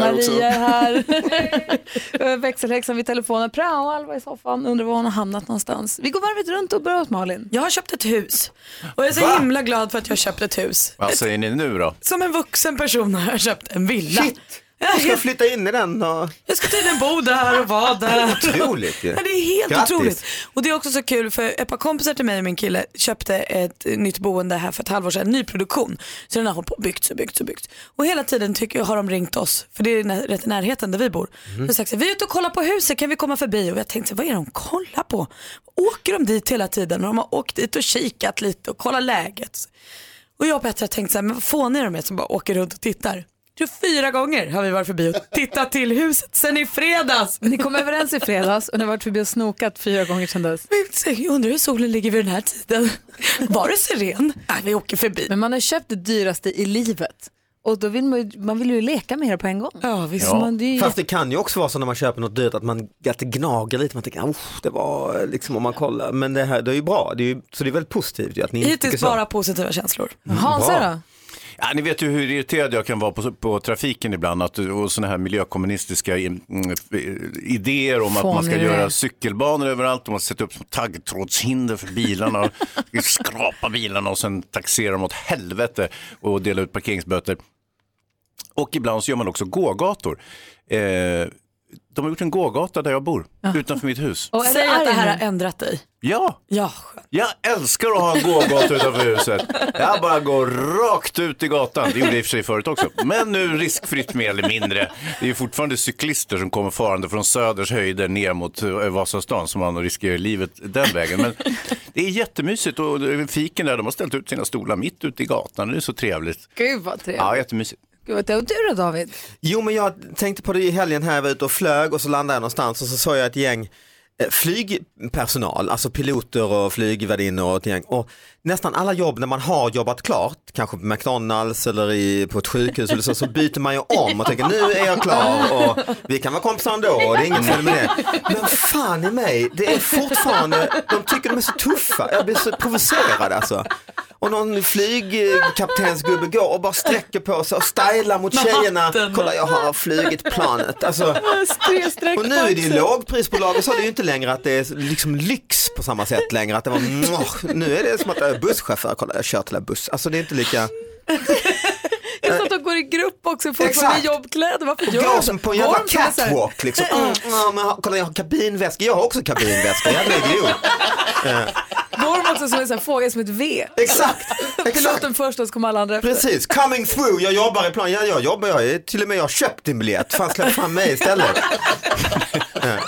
A: hej.
F: här
A: Maria
F: också.
A: är här. Växelhäxan vid telefonen. Prao, Alva i soffan. Undrar var hon har hamnat någonstans. Vi går varvet runt och börjar hos Malin.
H: Jag har köpt ett hus och jag är så
F: Va?
H: himla glad för att jag har köpt ett hus.
F: Vad säger ni nu då?
H: Som en vuxen person har jag köpt en villa. Shit. Jag
S: Ska
H: ska,
S: du flytta in i den och...
H: jag ska tydligen bo där och vara där.
S: Otroligt ju.
H: Ja, det är helt
S: Grattis.
H: otroligt. Och det är också så kul för ett par kompisar till mig och min kille köpte ett nytt boende här för ett halvår sedan, nyproduktion. Så den har hållit på och byggts och byggts och byggts. Och hela tiden tycker, har de ringt oss, för det är nä- rätt i närheten där vi bor. Mm. Och sagt så här, vi är ute och kollar på huset, kan vi komma förbi? Och jag tänkte, så här, vad är det de kollar på? Åker de dit hela tiden? Och de har åkt dit och kikat lite och kollat läget. Och jag och Petra tänkte så här, men vad fåniga de är som bara åker runt och tittar. Du, fyra gånger har vi varit förbi och tittat till huset sen i fredags.
A: Ni kom överens i fredags och ni har varit förbi och snokat fyra gånger sedan dess.
H: Jag undrar hur solen ligger vid den här tiden. Var det siren? Nej, vi åker förbi.
A: Men man har köpt det dyraste i livet och då vill man, ju- man vill ju leka med det på en gång.
H: Ja,
A: visst. Man, det är ju
S: Fast det kan ju också vara så när man köper något dyrt att man att det gnager lite, man tänker "Uff, det var liksom om man kollar, men det här det är ju bra, det är ju, så det är väldigt positivt ju att ni inte tycker
H: Hittills
S: så.
H: bara positiva känslor.
F: Bra. Ja, ni vet ju hur irriterad jag kan vara på, på trafiken ibland att, och sådana här miljökommunistiska i- mm, f- idéer om att man ska
D: Fåniga.
F: göra cykelbanor överallt och man sätter upp små taggtrådshinder för bilarna och skrapa bilarna och sen taxera dem åt helvete och dela ut parkeringsböter. Och ibland så gör man också gågator. Eh, de har gjort en gågata där jag bor, utanför mitt hus.
H: Och Säg att det här har ändrat dig.
F: Ja,
H: Ja,
F: jag älskar att ha en gågata utanför huset. Jag bara går rakt ut i gatan. Det gjorde jag i och för sig förut också. Men nu riskfritt mer eller mindre. Det är ju fortfarande cyklister som kommer farande från Söders höjder ner mot eh, Vasastan som man riskerar livet den vägen. Men det är jättemysigt och fiken där de har ställt ut sina stolar mitt ute i gatan. Det är så trevligt.
A: Gud vad trevligt.
F: Ja, jättemysigt.
A: Gud vad trevligt. Och du då David?
S: Jo men jag tänkte på det i helgen här, jag var ute och flög och så landade jag någonstans och så såg jag ett gäng eh, flygpersonal, alltså piloter och flygvärdinnor och ett gäng. Och nästan alla jobb när man har jobbat klart, kanske på McDonalds eller i, på ett sjukhus eller så, så byter man ju om och tänker nu är jag klar och vi kan vara kompisar ändå, och det är inget fel med det. Men fan i mig, det är fortfarande, eh, de tycker de är så tuffa, jag blir så provocerad alltså. Och någon flygkaptensgubbe går och bara sträcker på sig och stylar mot
D: Med
S: tjejerna.
D: hatten.
S: Kolla jag har flugit planet. Alltså,
D: Strestreck
S: och nu är det ju
D: också.
S: lågprisbolag och så är det ju inte längre att det är liksom lyx på samma sätt längre. Att det var, "Mwah." nu är det som att jag är busschaufför, kolla jag kör till en buss. Alltså det är inte lika...
A: Det är så att de går går i grupp också fortfarande i
S: Exakt.
A: jobbkläder. Varför
S: Och
A: gör
S: går
A: de
S: som
A: så?
S: på en jävla
A: Går de så här-
S: catwalk liksom. Mm, ja, men ha- kolla jag har kabinväska, jag har också kabinväska, jag lägger ihop. Eh,
A: Går de också som en sån här fågel, som ett V?
S: Exakt!
A: Piloten först och så kommer alla andra efter.
S: Precis, coming through, jag jobbar i plan, ja jag jobbar, jag är, till och med jag har köpt en biljett, fan släpp fram mig istället. Eh.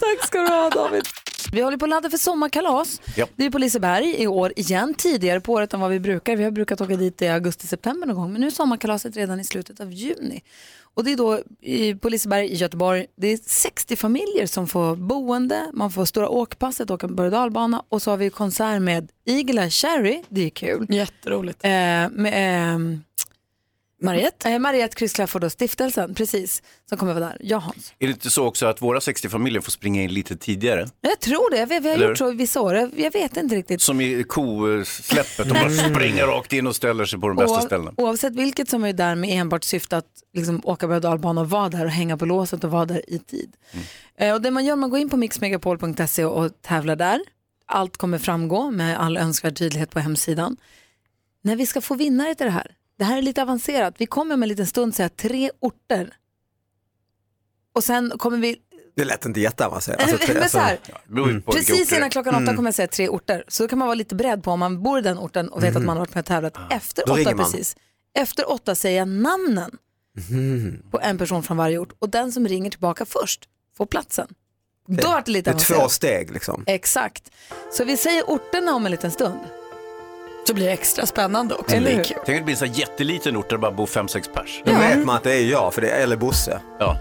A: Tack ska du ha David. Vi håller på att ladda för sommarkalas.
S: Ja.
A: Det är på Liseberg i år igen, tidigare på året än vad vi brukar. Vi har brukat åka dit i augusti-september någon gång, men nu är sommarkalaset redan i slutet av juni. Och det är då i, på Liseberg i Göteborg, det är 60 familjer som får boende, man får stora åkpasset, åka berg och dalbana och så har vi konsert med Igla Cherry, det är kul.
H: Jätteroligt.
A: Eh, med, ehm, Mariette? Eh, Mariette Kryss Clafford och stiftelsen, precis, som kommer vara där. Jag Hans.
F: Är det inte så också att våra 60 familjer får springa in lite tidigare?
A: Jag tror det. Vi, vi har
F: Eller?
A: gjort så i vissa år. Jag- Jag vet inte riktigt.
F: Som i kosläppet, de bara springer rakt in och ställer sig på de bästa
A: Oav-
F: ställena.
A: Oavsett vilket som är där med enbart syfte att liksom åka berg och dalbana och vara där och hänga på låset och vara där i tid.
F: Mm.
A: Eh, och det man gör, man går in på mixmegapol.se och tävlar där. Allt kommer framgå med all önskvärd tydlighet på hemsidan. När vi ska få vinnare till det här, det här är lite avancerat. Vi kommer med en liten stund säga tre orter. Och sen kommer vi
S: Det lät inte alltså, jätteavancerat.
A: Men så här,
S: mm.
A: Precis innan klockan åtta kommer jag säga tre orter. Så då kan man vara lite beredd på om man bor i den orten och vet att man har varit med och tävlat. Efter
S: Mm. Ah, Då
A: åtta
S: ringer man.
A: precis. Efter åtta säger jag namnen
S: Mm.
A: på en person från varje ort och den som ringer tillbaka först får platsen. Då vart det lite
S: Det är två
A: avancerat.
S: steg liksom.
A: Exakt. Så vi säger orterna om en liten stund.
K: Så blir det extra spännande också.
A: Eller hur?
F: Tänk att det blir en sån här jätteliten ort där det bara bor fem sex pers.
S: Då vet man att det är jag, för det är, eller Bosse.
F: Ja.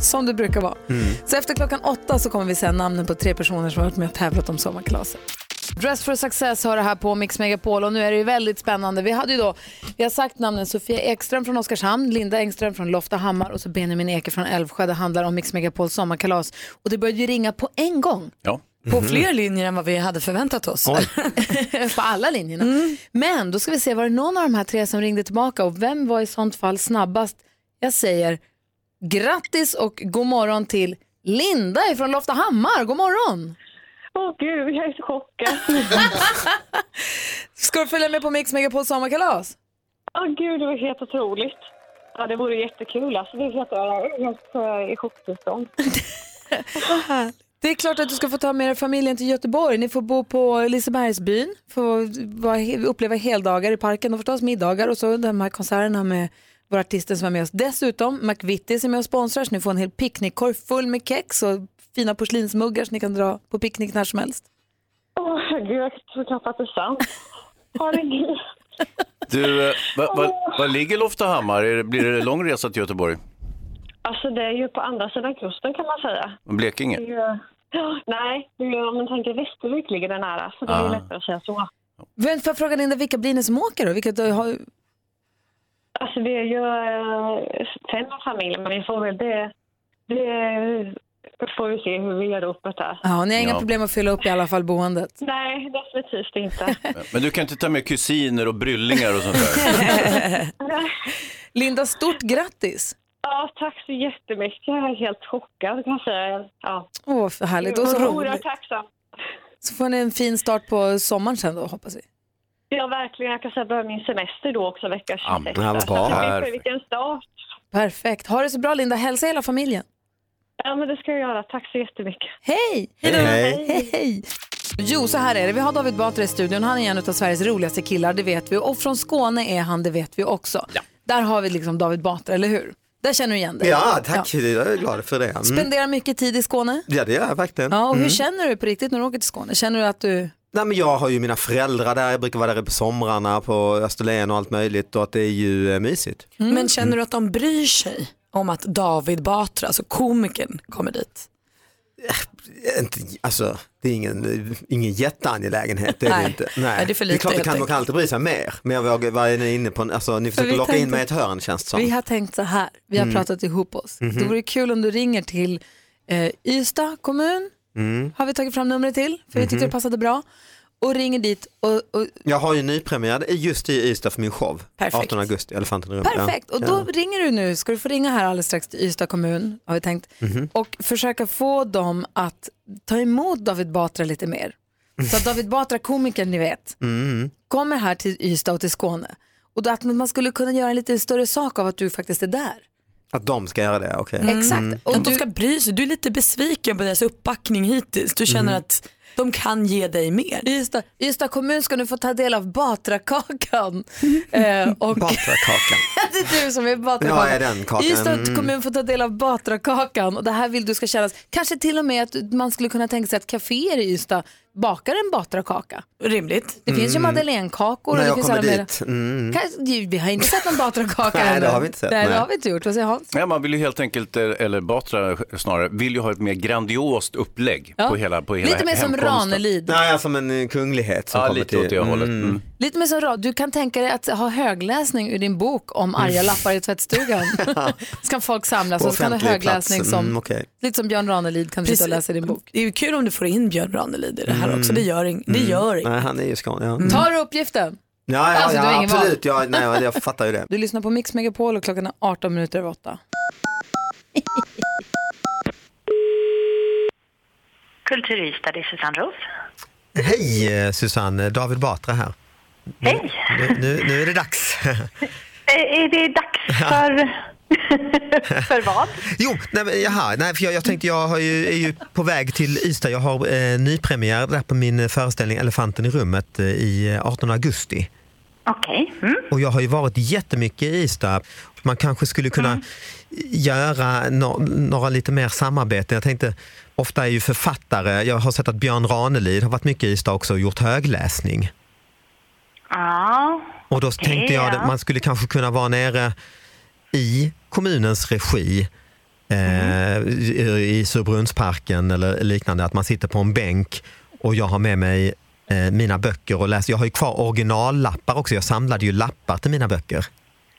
A: Som det brukar vara. Så efter klockan åtta så kommer vi säga namnen på tre personer som har varit med och tävlat om sommarkalaset. Dress for success har det här på Mix Megapol och nu är det ju väldigt spännande. Vi hade ju då, vi har sagt namnen Sofia Ekström från Oskarshamn, Linda Engström från Loftahammar och så Benjamin Eke från Älvsjö. Det handlar om Mix Megapols sommarkalas och det började ju ringa på en gång.
F: Ja. Mm-hmm.
A: På
K: Mhm.
A: fler
K: linjer än vad vi hade förväntat oss.
A: på alla linjerna. Men då ska vi se, var det någon av de här tre som ringde tillbaka och vem var i sånt fall snabbast? Jag säger grattis och god morgon till Linda ifrån Loftahammar. God morgon!
L: Åh gud, jag är så chockad.
A: ska du följa med på Mix Megapols sommarkalas?
L: Åh gud, det var helt otroligt. Ja, det vore jättekul alltså. Det är helt, jag är helt eh, i chocktillstånd.
A: Det är klart att du ska få ta med dig familjen till Göteborg. Ni får bo på Lisebergsbyn, få vara- uppleva heldagar i parken och förstås middagar och så de här konserterna med våra artister som är med oss. Dessutom McVittys är med och sponsrar så ni får en hel picknickkorg full med kex och fina porslinsmuggar så ni kan dra på picknick när som helst.
L: Åh gud, jag tror knappt att det är sant. Herregud.
F: Du, eh, vad vad- vad ligger Loftahammar? Är det- Blir det lång resa till Göteborg?
L: Alltså det är ju på andra sidan kusten kan man säga.
F: Blekinge?
L: Det är ju- Ja, Nej, det är ju, om man tänker Västervik ligger det nära, så det är ju
F: Ah.
L: lättare att säga så.
A: Men får jag fråga Linda, vilka blir ni som åker då? Vilka då har...
L: Alltså vi är ju eh, fem familjer, men vi får väl det... Det får vi se hur vi gör upp det där.
A: Ja, ni har inga
F: Ja.
A: problem att fylla upp i alla fall boendet.
L: Nej, definitivt inte.
F: Men du kan inte ta med kusiner och bryllingar och sånt där?
A: Linda, stort grattis!
L: Ja, tack så jättemycket. Jag är helt chockad kan jag säga. Ja.
A: Åh, vad för härligt och så
L: Oerhört
A: roligt.
L: tacksam.
A: Så får ni en fin start på sommaren sen då hoppas vi.
L: Ja, verkligen. Jag kan säga att jag börjar min semester då också, vecka 26.
A: men vad
L: Så
A: bra.
L: tänk på
A: Perfekt.
L: vilken start.
A: Perfekt. Ha det så bra Linda. Hälsa hela familjen.
L: Ja, men det ska jag göra. Tack så jättemycket.
A: Hej!
L: Hej då.
A: Hej! Hej, hej. Jo, så här är det. Vi har David Batra i studion. Han är en av Sveriges roligaste killar, det vet vi. Och från Skåne är han, det vet vi också. Där har vi liksom David Batra, eller hur? Där känner du igen dig.
S: Ja, tack, jag är glad för det. Mm.
A: Spenderar mycket tid i Skåne.
S: Ja, det gör jag verkligen.
A: Ja, och hur
S: Mm.
A: känner du på riktigt när du åker till Skåne? Känner du att du...
S: Nej, men jag har ju mina föräldrar där, jag brukar vara där på somrarna på Österlen och allt möjligt och att det är ju eh, mysigt.
A: Mm.
H: Men känner du att de bryr sig om att David Batra, alltså komikern, kommer dit?
S: Inte, alltså, det är ingen, ingen jätteangelägenhet, det är
H: Nej.
S: det inte.
H: Nej, det är för
S: det är
H: lite,
S: klart, det
H: helt
S: kan, man kan alltid bry sig mer, men jag vågar, vad är ni inne på, en- alltså, ni försöker
A: vi
S: locka in
A: tänkte-
S: mig i ett hörn känns det som.
A: Vi har tänkt så här, vi har
S: Mm.
A: pratat ihop oss.
S: Mhm.
A: Det vore kul om du ringer till eh, Ystad kommun,
S: Mm.
A: har vi tagit fram numret till, för vi tyckte
S: Mhm.
A: det passade bra. Och ringer dit och, och
S: Jag har ju nypremiär just i Ystad för min show,
A: Perfekt.
S: 18 augusti, Elefanten i rummet. ja.
A: Perfekt, och då ringer du nu, ska du få ringa här alldeles strax till Ystad kommun har vi tänkt
S: Mhm.
A: och försöka få dem att ta emot David Batra lite mer. Så att David Batra, komikern ni vet,
S: Mm.
A: kommer här till Ystad och till Skåne Och då att man skulle kunna göra en lite större sak av att du faktiskt är där.
S: Att de ska göra det, okej.
H: Mm.
S: Mm.
A: Exakt.
H: Och att de ska bry sig. Du är lite besviken på deras uppbackning hittills. Du känner
S: Mm.
H: att de kan ge dig mer.
A: Ystad, Ystad kommun ska nu få ta del av Batrakakan. eh, och
S: Batrakakan.
A: det är du som är Batrakakan.
S: Ja, är den kakan.
A: Ystad
S: Mm.
A: kommun får ta del av Batrakakan och det här vill du ska kännas. Kanske till och med att man skulle kunna tänka sig att kaféer i Ystad bakar en Batrakaka.
H: Rimligt.
A: Det finns ju
S: Mm.
A: madeleinekakor.
S: När
A: och det
S: jag
A: finns
S: kommer
A: alla
S: dit. Mm.
A: Kanske, vi har inte sett någon Batrakaka
F: Nej, det
A: ännu.
F: har vi inte sett,
A: Nej, det
F: nej.
A: har vi inte gjort. Vad säger Hans?
F: Ja, man vill ju helt enkelt, eh, eller Batra snarare, vill ju ha ett mer grandiost upplägg
A: Ja.
F: på hela, på hela
A: Lite mer som
F: hemkomsten.
A: Ranelid.
S: Nej, som en eh, kunglighet som
F: Ja,
S: kommer
F: lite
S: till.
F: åt det hållet.
S: Mm.
A: Lite mer som rad. Du kan tänka dig att ha högläsning ur din bok om arga
S: Mm.
A: lappar i tvättstugan. så kan folk samlas
H: Alltså,
S: På
A: och så kan du ha
S: offentlig
A: högläsning
S: plats.
A: som,
S: Mm, okej.
A: lite som Björn Ranelid kan sitta och läsa din bok.
H: Det är ju kul om du får in Björn Ranelid i det här
S: Mm.
H: också. Det gör, ing- Mm. det
S: Mm.
H: gör inget.
S: Nej, han är ju skån, ja.
A: Tar du uppgiften?
S: Mm. Ja, ja,
A: Alltså, du har
S: ja
A: ingen val.
S: absolut. Ja, nej, jag fattar ju det.
A: Du lyssnar på Mix Megapol och klockan är 18 minuter över 8.
T: Kultur Ystad, det är Susanne Roos.
S: Hej eh, Susanne, David Batra här.
T: Hej!
S: Nu, nu, nu är det dags.
T: Eh, Är det dags för... för vad?
S: Jo, nej, men, jaha, nej, för jag, jag tänkte jag har ju, är ju på väg till Ystad. Jag har eh, nypremiär där på min eh, föreställning Elefanten i rummet eh, i eh, 18 augusti.
T: Okej. mm.
S: Och jag har ju varit jättemycket i Ystad. Man kanske skulle kunna
T: Mm.
S: göra no några lite mer samarbeten. Jag tänkte, ofta är ju författare, jag har sett att Björn Ranelid har varit mycket i Ystad också och gjort högläsning.
T: Ja.
S: Och då
T: Okej,
S: tänkte jag
T: ja.
S: att man skulle kanske kunna vara nere i kommunens regi eh, i- i Surbrunnsparken eller liknande, att man sitter på en bänk och jag har med mig eh, mina böcker och läser. Jag har ju kvar originallappar också, jag samlade ju lappar till mina böcker.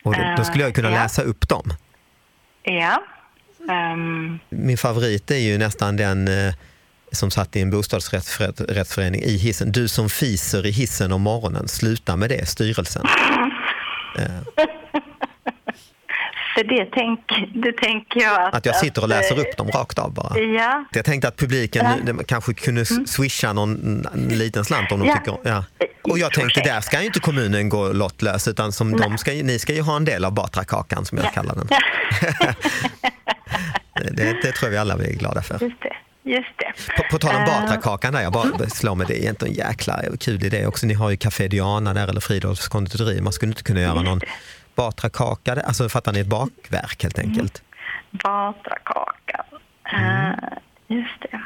S: Och då, då skulle jag ju kunna
T: Eh, ja.
S: läsa upp dem.
T: Ja. Ehm,
S: Min favorit är ju nästan den eh, som satt i en bostadsrättsförening i hissen. Du som fiser i hissen om morgonen, sluta med det, styrelsen. Eh,
T: för det, tänk, det tänker jag att...
S: Att jag sitter och
T: att,
S: läser
T: eh,
S: upp dem rakt av bara.
T: Ja.
S: Jag tänkte att publiken
T: Ja. Mm.
S: nu- de kanske kunde s- swisha någon en liten slant om de
T: Ja.
S: tycker ja. Och jag tänkte, där ska ju inte kommunen gå lottlös utan som de ska, ju- ni ska ju ha en del av Batrakakan som jag kallar den. det, det tror jag vi alla blir glada för.
T: Just det. Just det.
S: På, på tal om
T: Eh, Mm.
S: Batrakakan, där jag bara slår mig, det är inte en jäkla kul idé också. Ni har ju Café Diana där eller Fridolfs konditori. Man skulle inte kunna göra någon Batrakaka, där? alltså fattar ni, ett bakverk helt enkelt.
T: Batrakakan.
S: Mm.
T: Eh, Just det.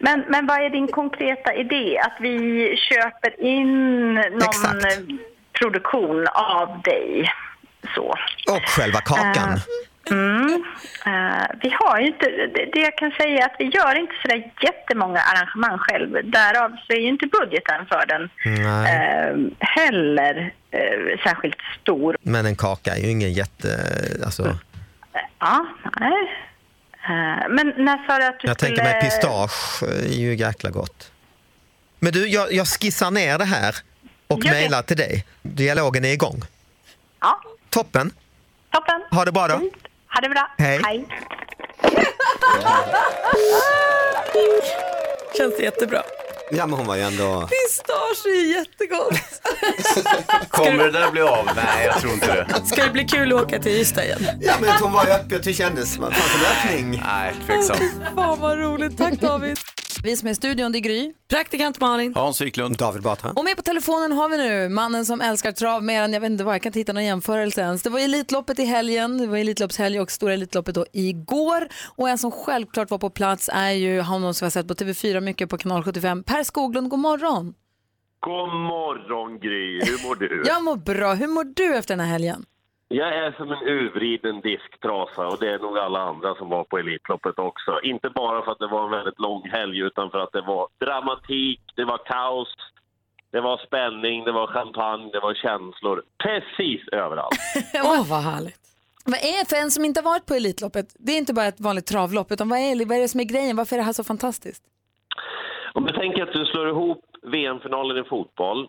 T: Men, men vad är din konkreta idé? Att vi köper in någon eh, produktion av dig? Så.
S: Och själva kakan.
T: Mm. Eh, Mm. Eh, vi har ju inte, det- det jag kan säga är att vi gör inte sådär jättemånga arrangemang själv. Därav så är ju inte budgeten för den eh, heller eh, särskilt stor.
S: Men en kaka är ju ingen jätte... Alltså,
T: Ja, nej. Eh, Men när sa du att du
S: jag
T: skulle...
S: tänker mig pistage är ju jäkla gott. Men du, jag, jag skissar ner det här och
T: Gör det.
S: mejlar till dig. Dialogen är igång.
T: Ja.
S: Toppen.
T: Toppen.
S: Ha det bra då.
T: Mm. Ha det bra.
S: Hej.
H: Känns det jättebra.
S: Ja, men hon var ju ändå...
H: Pistage är jättegott.
F: Kommer det där bli av? Nej, jag tror inte det.
H: Ska det bli kul att åka till Ystad igen?
S: Ja, men hon var ju öppen. Det kändes som att det fanns en öppning.
F: Nej, tveksam.
A: Fan vad roligt, tack David. Vi som är i studion, det är Gry.
H: Praktikant Malin.
F: Hans Wiklund.
S: David Batra.
A: Och med på telefonen har vi nu mannen som älskar trav mer än jag vet inte vad, jag kan inte hitta någon jämförelse ens. Det var Elitloppet i helgen, det var Elitloppshelg och Stora Elitloppet då igår. Och en som självklart var på plats är ju honom som vi har sett på TV4 mycket på kanal 75, Per Skoglund, god morgon.
U: God morgon Gry, hur mår du?
A: Jag mår bra, hur mår du efter den här helgen?
U: Jag är som en urvriden disktrasa och det är nog alla andra som var på Elitloppet också. Inte bara för att det var en väldigt lång helg utan för att det var dramatik, det var kaos, det var spänning, det var champagne, det var känslor. Precis överallt.
A: Åh vad härligt. Vad är för en som inte har varit på Elitloppet, det är inte bara ett vanligt travlopp, utan vad är, vad är det som är grejen, varför är det här så fantastiskt?
U: Om du tänker att du slår ihop VM-finalen i fotboll,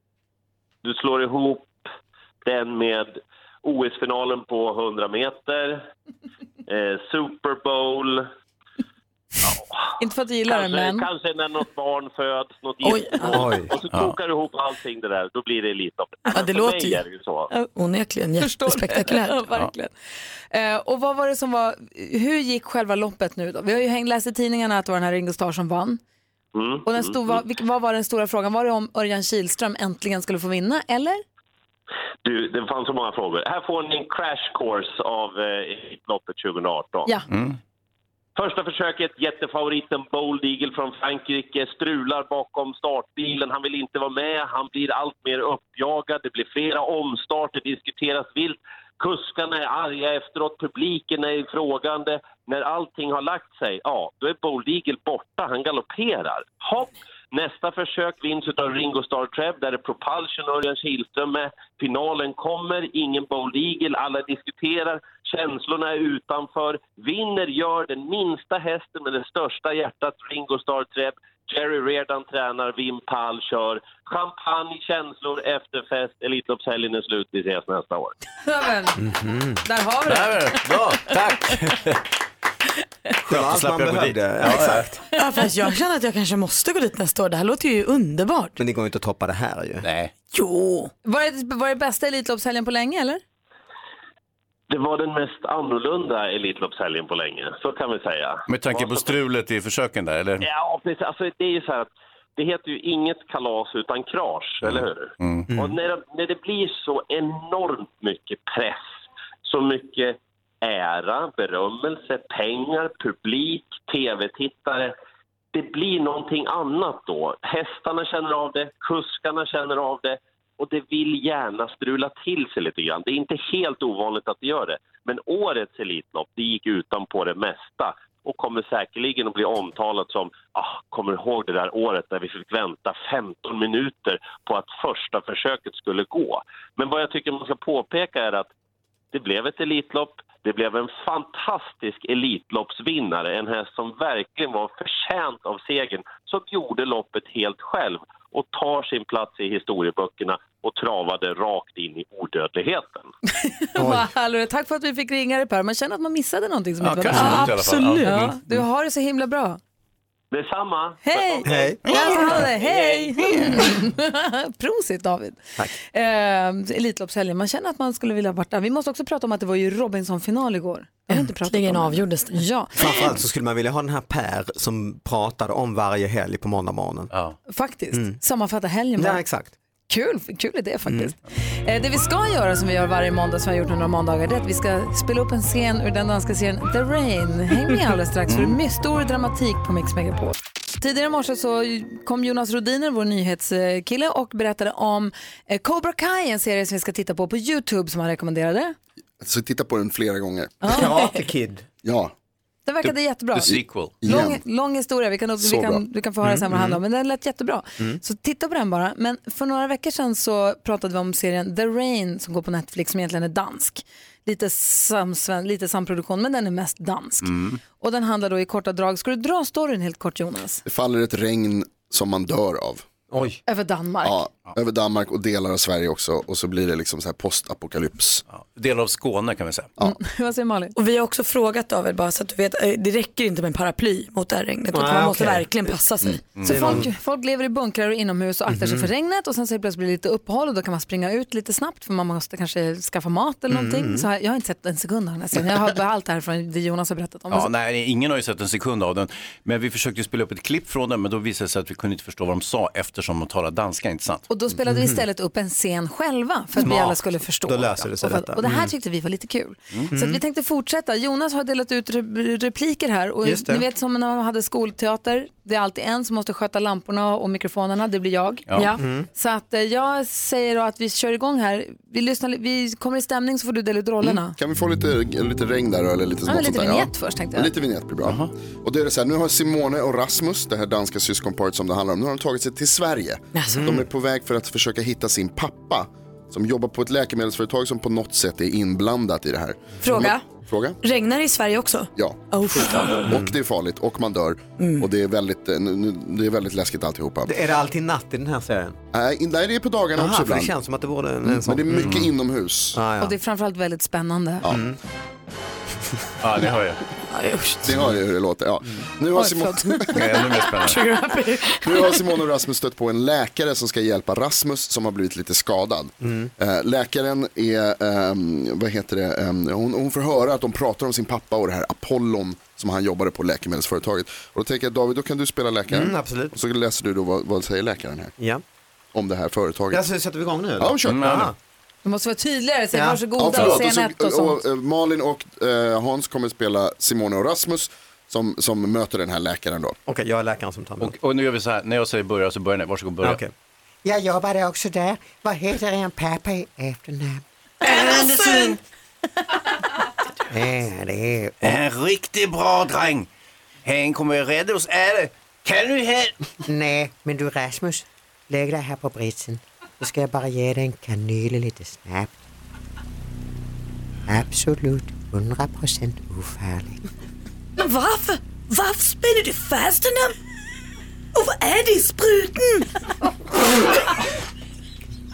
U: du slår ihop den med OS-finalen på 100 meter, eh, Super Bowl,
A: Inte för att jag gillar det,
U: kanske,
A: men...
U: kanske när något barn föds, något
A: Oj.
U: giftermål.
A: Oj.
U: Och så
A: Ja.
U: kokar du ihop allting det där, då blir det lite av det.
A: Ja, det
U: För
A: låter
U: mig
A: ju-
U: är det ju så.
A: Ja, Onekligen
U: Förstår det.
A: jättespektakulärt.
U: Ja,
A: verkligen. Eh, och vad var det som var, hur gick själva loppet nu då? Vi har ju hängt, läst i tidningarna att det var den här Ringo Starr som vann.
U: Mm,
A: Och den
U: mm,
A: stod,
U: mm.
A: vad, vilk- vad var den stora frågan? Var det om Örjan Kihlström äntligen skulle få vinna, eller?
U: Du, det fanns så många frågor. Här får ni en crash course av eh, loppet 2018.
A: Ja.
U: Första försöket, jättefavoriten Bold Eagle från Frankrike strular bakom startbilen. Han vill inte vara med, han blir allt mer uppjagad. Det blir flera omstarter, diskuteras vilt. Kuskarna är arga efteråt, publiken är frågande. När allting har lagt sig, ja, då är Bold Eagle borta. Han galopperar. Hopp! Nästa försök vinns av Ringo Starr Treb, där är Propulsion och Örjan Kihlström med. Finalen kommer, ingen Bold Eagle, alla diskuterar, känslorna är utanför. Vinner gör den minsta hästen med det största hjärtat, Ringo Starr Treb. Jerry Redan tränar, Wim Pall kör. Champagne, känslor, efterfest, Elitloppshelgen är slut, vi ses nästa år.
A: Mm. Där har vi
U: Där
A: det.
U: Bra,
F: tack!
S: Det var allt man behövde. Ja, exakt.
H: Ja, fast jag känner att jag kanske måste gå dit nästa år. Det här låter ju underbart.
S: Men det går ju inte att toppa det här ju.
U: Nej.
H: Jo.
A: Var det, var det bästa Elitloppshelgen på länge, eller?
U: Det var den mest annorlunda Elitloppshelgen på länge, så kan vi säga.
F: Med tanke på strulet i försöken där, eller?
U: Ja, precis. Alltså, det är ju så här att det heter ju inget kalas utan krasch, eller hur?
F: Mm.
U: Och när, när det blir så enormt mycket press, så mycket ära, berömmelse, pengar, publik, tv-tittare. Det blir någonting annat då. Hästarna känner av det, kuskarna känner av det och det vill gärna strula till sig lite grann. Det är inte helt ovanligt att det gör det. Men årets Elitlopp, det gick utan på det mesta och kommer säkerligen att bli omtalat som ah, kommer du ihåg det där året där vi fick vänta 15 minuter på att första försöket skulle gå. Men vad jag tycker man ska påpeka är att det blev ett Elitlopp. Det blev en fantastisk Elitloppsvinnare, en häst som verkligen var förtjänt av segern, som gjorde loppet helt själv och tar sin plats i historieböckerna och travade rakt in i odödligheten.
A: Vad härligt. Tack för att vi fick ringa dig Per. Man känner att man missade någonting som
U: Ja,
A: inte var
U: kanske
A: bra.
U: något i alla fall. Absolut.
A: Ja,
U: Mm.
A: du har det så himla bra.
U: Detsamma!
A: Hej!
U: Hej.
A: Jag ska ha det. Hej! Prosit David. Tack. Eh, Elitloppshelgen, man känner att man skulle vilja varit där. Vi måste också prata om att det var ju Robinson-final igår. Det har vi inte pratat om. avgjordes det. Ja,
S: Framförallt så skulle man vilja ha den här Per som pratade om varje helg på måndag morgonen.
A: faktiskt.
S: Mm.
A: Sammanfatta helgen bara.
S: Ja, exakt.
A: Kul, kul idé
J: Mm.
A: faktiskt. Eh, det vi ska göra som vi gör varje måndag som vi har gjort några måndagar det är att vi ska spela upp en scen ur den danska serien The Rain. Häng med alldeles strax
J: Mm.
A: för det är mycket stor dramatik på Mix Megapol. Tidigare i morse så kom Jonas Rodiner, vår nyhetskille, och berättade om eh, Cobra Kai, en serie som vi ska titta på på YouTube som han rekommenderade.
J: Så titta på den flera gånger.
S: Karate Kid.
J: Ja.
A: Den verkade
J: The-
A: jättebra.
J: the sequel.
A: Lång,
J: Igen.
A: lång historia, vi kan, upp-
J: Så
A: vi
J: bra.
A: kan, du kan få höra
J: Mm,
A: sen vad det handlar om,
J: mm.
A: men den lät jättebra.
J: Mm.
A: Så titta på den bara. Men för några veckor sedan så pratade vi om serien The Rain som går på Netflix som egentligen är dansk. Lite, samsven, lite samproduktion, men den är mest dansk.
F: Mm.
A: Och den handlar då i korta drag, ska du dra storyn helt kort Jonas?
J: Det faller ett regn som man dör av.
S: Oj.
A: Över Danmark.
J: Ja, över Danmark och delar av Sverige också. Och så blir det liksom så här postapokalyps.
F: Del av Skåne kan vi säga.
A: Vad säger Malin?
H: Och vi har också frågat David bara så att du vet, eh, det räcker inte med en paraply mot det här regnet. utan
A: Nej,
H: man måste
A: okej.
H: verkligen passa sig.
S: Mm.
A: Så
F: Mm.
A: folk, folk lever i bunkrar och inomhus och aktar sig
H: Mhm.
A: för regnet och sen så plötsligt blir det lite uppehåll och då kan man springa ut lite snabbt för man måste kanske skaffa mat eller
F: Mm.
A: någonting. Så här, jag har inte sett en sekund av den här serien. Jag har bara allt det här från det Jonas har berättat om.
F: Ja, nej, ingen har ju sett en sekund av den. Men vi försökte ju spela upp ett klipp från den, men då visade det sig att vi kunde inte förstå vad de sa eftersom de talar danska, inte sant?
A: Och då spelade
F: Mm.
A: vi istället upp en scen själva för att vi
F: Smart.
A: alla skulle förstå.
F: Då löser det sig
A: och, för att-
F: detta.
A: och det här
F: Mm.
A: tyckte vi var lite kul.
F: Mm.
A: Så att vi
F: Mm.
A: tänkte fortsätta. Jonas har delat ut re- repliker här. Och
F: Just det.
A: ni vet som när man hade skolteater, det är alltid en som måste sköta lamporna och mikrofonerna, det blir jag.
V: Ja. Mm.
A: Så att eh, jag säger då att vi kör igång här. Vi, lyssnar, li- vi kommer i stämning så får du dela ut rollerna.
J: Kan vi få lite, lite regn där eller
A: Mm.
J: lite
A: Ja,
J: smått
A: men lite
J: sånt där?
A: vignett först, tänkte jag.
J: Ja, lite vignett blir bra. Och då är det så här, nu har Simone och Rasmus, det här danska syskonparet som det handlar om, nu har de tagit sig till Sverige.
A: Jaså.
J: De är på väg för att försöka hitta sin pappa som jobbar på ett läkemedelsföretag som på något sätt är inblandat i det här.
H: Fråga.
J: Men- Fråga?
H: Regnar det i Sverige också?
J: Ja.
H: Oh, fy.
J: Och det är farligt och man dör.
A: Mm.
J: Och det är, väldigt, eh, nu- nu- det är väldigt läskigt alltihopa.
S: Är det alltid natt i den här serien?
J: Nej, in- nej, det är på dagarna
S: Jaha,
J: också
S: för
J: ibland.
S: det känns som att det borde en,
J: Mm,
S: en sån.
J: Men det är mycket
S: Mm.
J: inomhus.
S: Ah, ja.
A: Och det är framförallt väldigt spännande.
J: Ja.
F: Ja, det hör jag.
J: Ni hör ju hur det låter. Ja. Nu, har
A: Oj,
J: Simon...
A: förlåt. Nej, ännu mer spännande. Trigger happy.
J: nu har Simon och Rasmus stött på en läkare som ska hjälpa Rasmus som har blivit lite skadad. Eh, Läkaren är, ehm, vad heter det, ehm, hon, hon får höra att de pratar om sin pappa och det här Apollon som han jobbade på läkemedelsföretaget. Och då tänker jag David, då kan du spela läkaren.
S: Mm, absolut.
J: Och så läser du då vad, vad säger läkaren här.
S: Ja.
J: Om det här företaget.
S: Ja, så sätter vi igång nu? eller?
J: Ja, kör.
S: Aha.
A: Du måste vara tydligare, säg varsågoda
J: förlåt.
A: och säg
J: Och
A: nett och
J: så,
A: sånt.
J: och, eh, Malin och eh, Hans kommer spela Simone och Rasmus som, som möter den här läkaren då.
S: Okej, jag är läkaren som tar emot.
F: Och nu gör vi så här, när jag säger börja så börjar ni. Varsågod börja.
S: Okej.
V: Jag jobbade också där. Vad heter en pappa i efternamn?
D: Andersson!
V: Ja, det är...
F: En riktigt bra dräng. Han kommer rädda oss alla. Kan du hjälpa?
V: Nej, men du Rasmus, lägg dig här på britsen. Då ska jag bara ge dig en kanyle lite snabbt. Absolut 100% ofarlig.
W: Men varför? Varför spänner du fast honom? Och vad är det i spruten?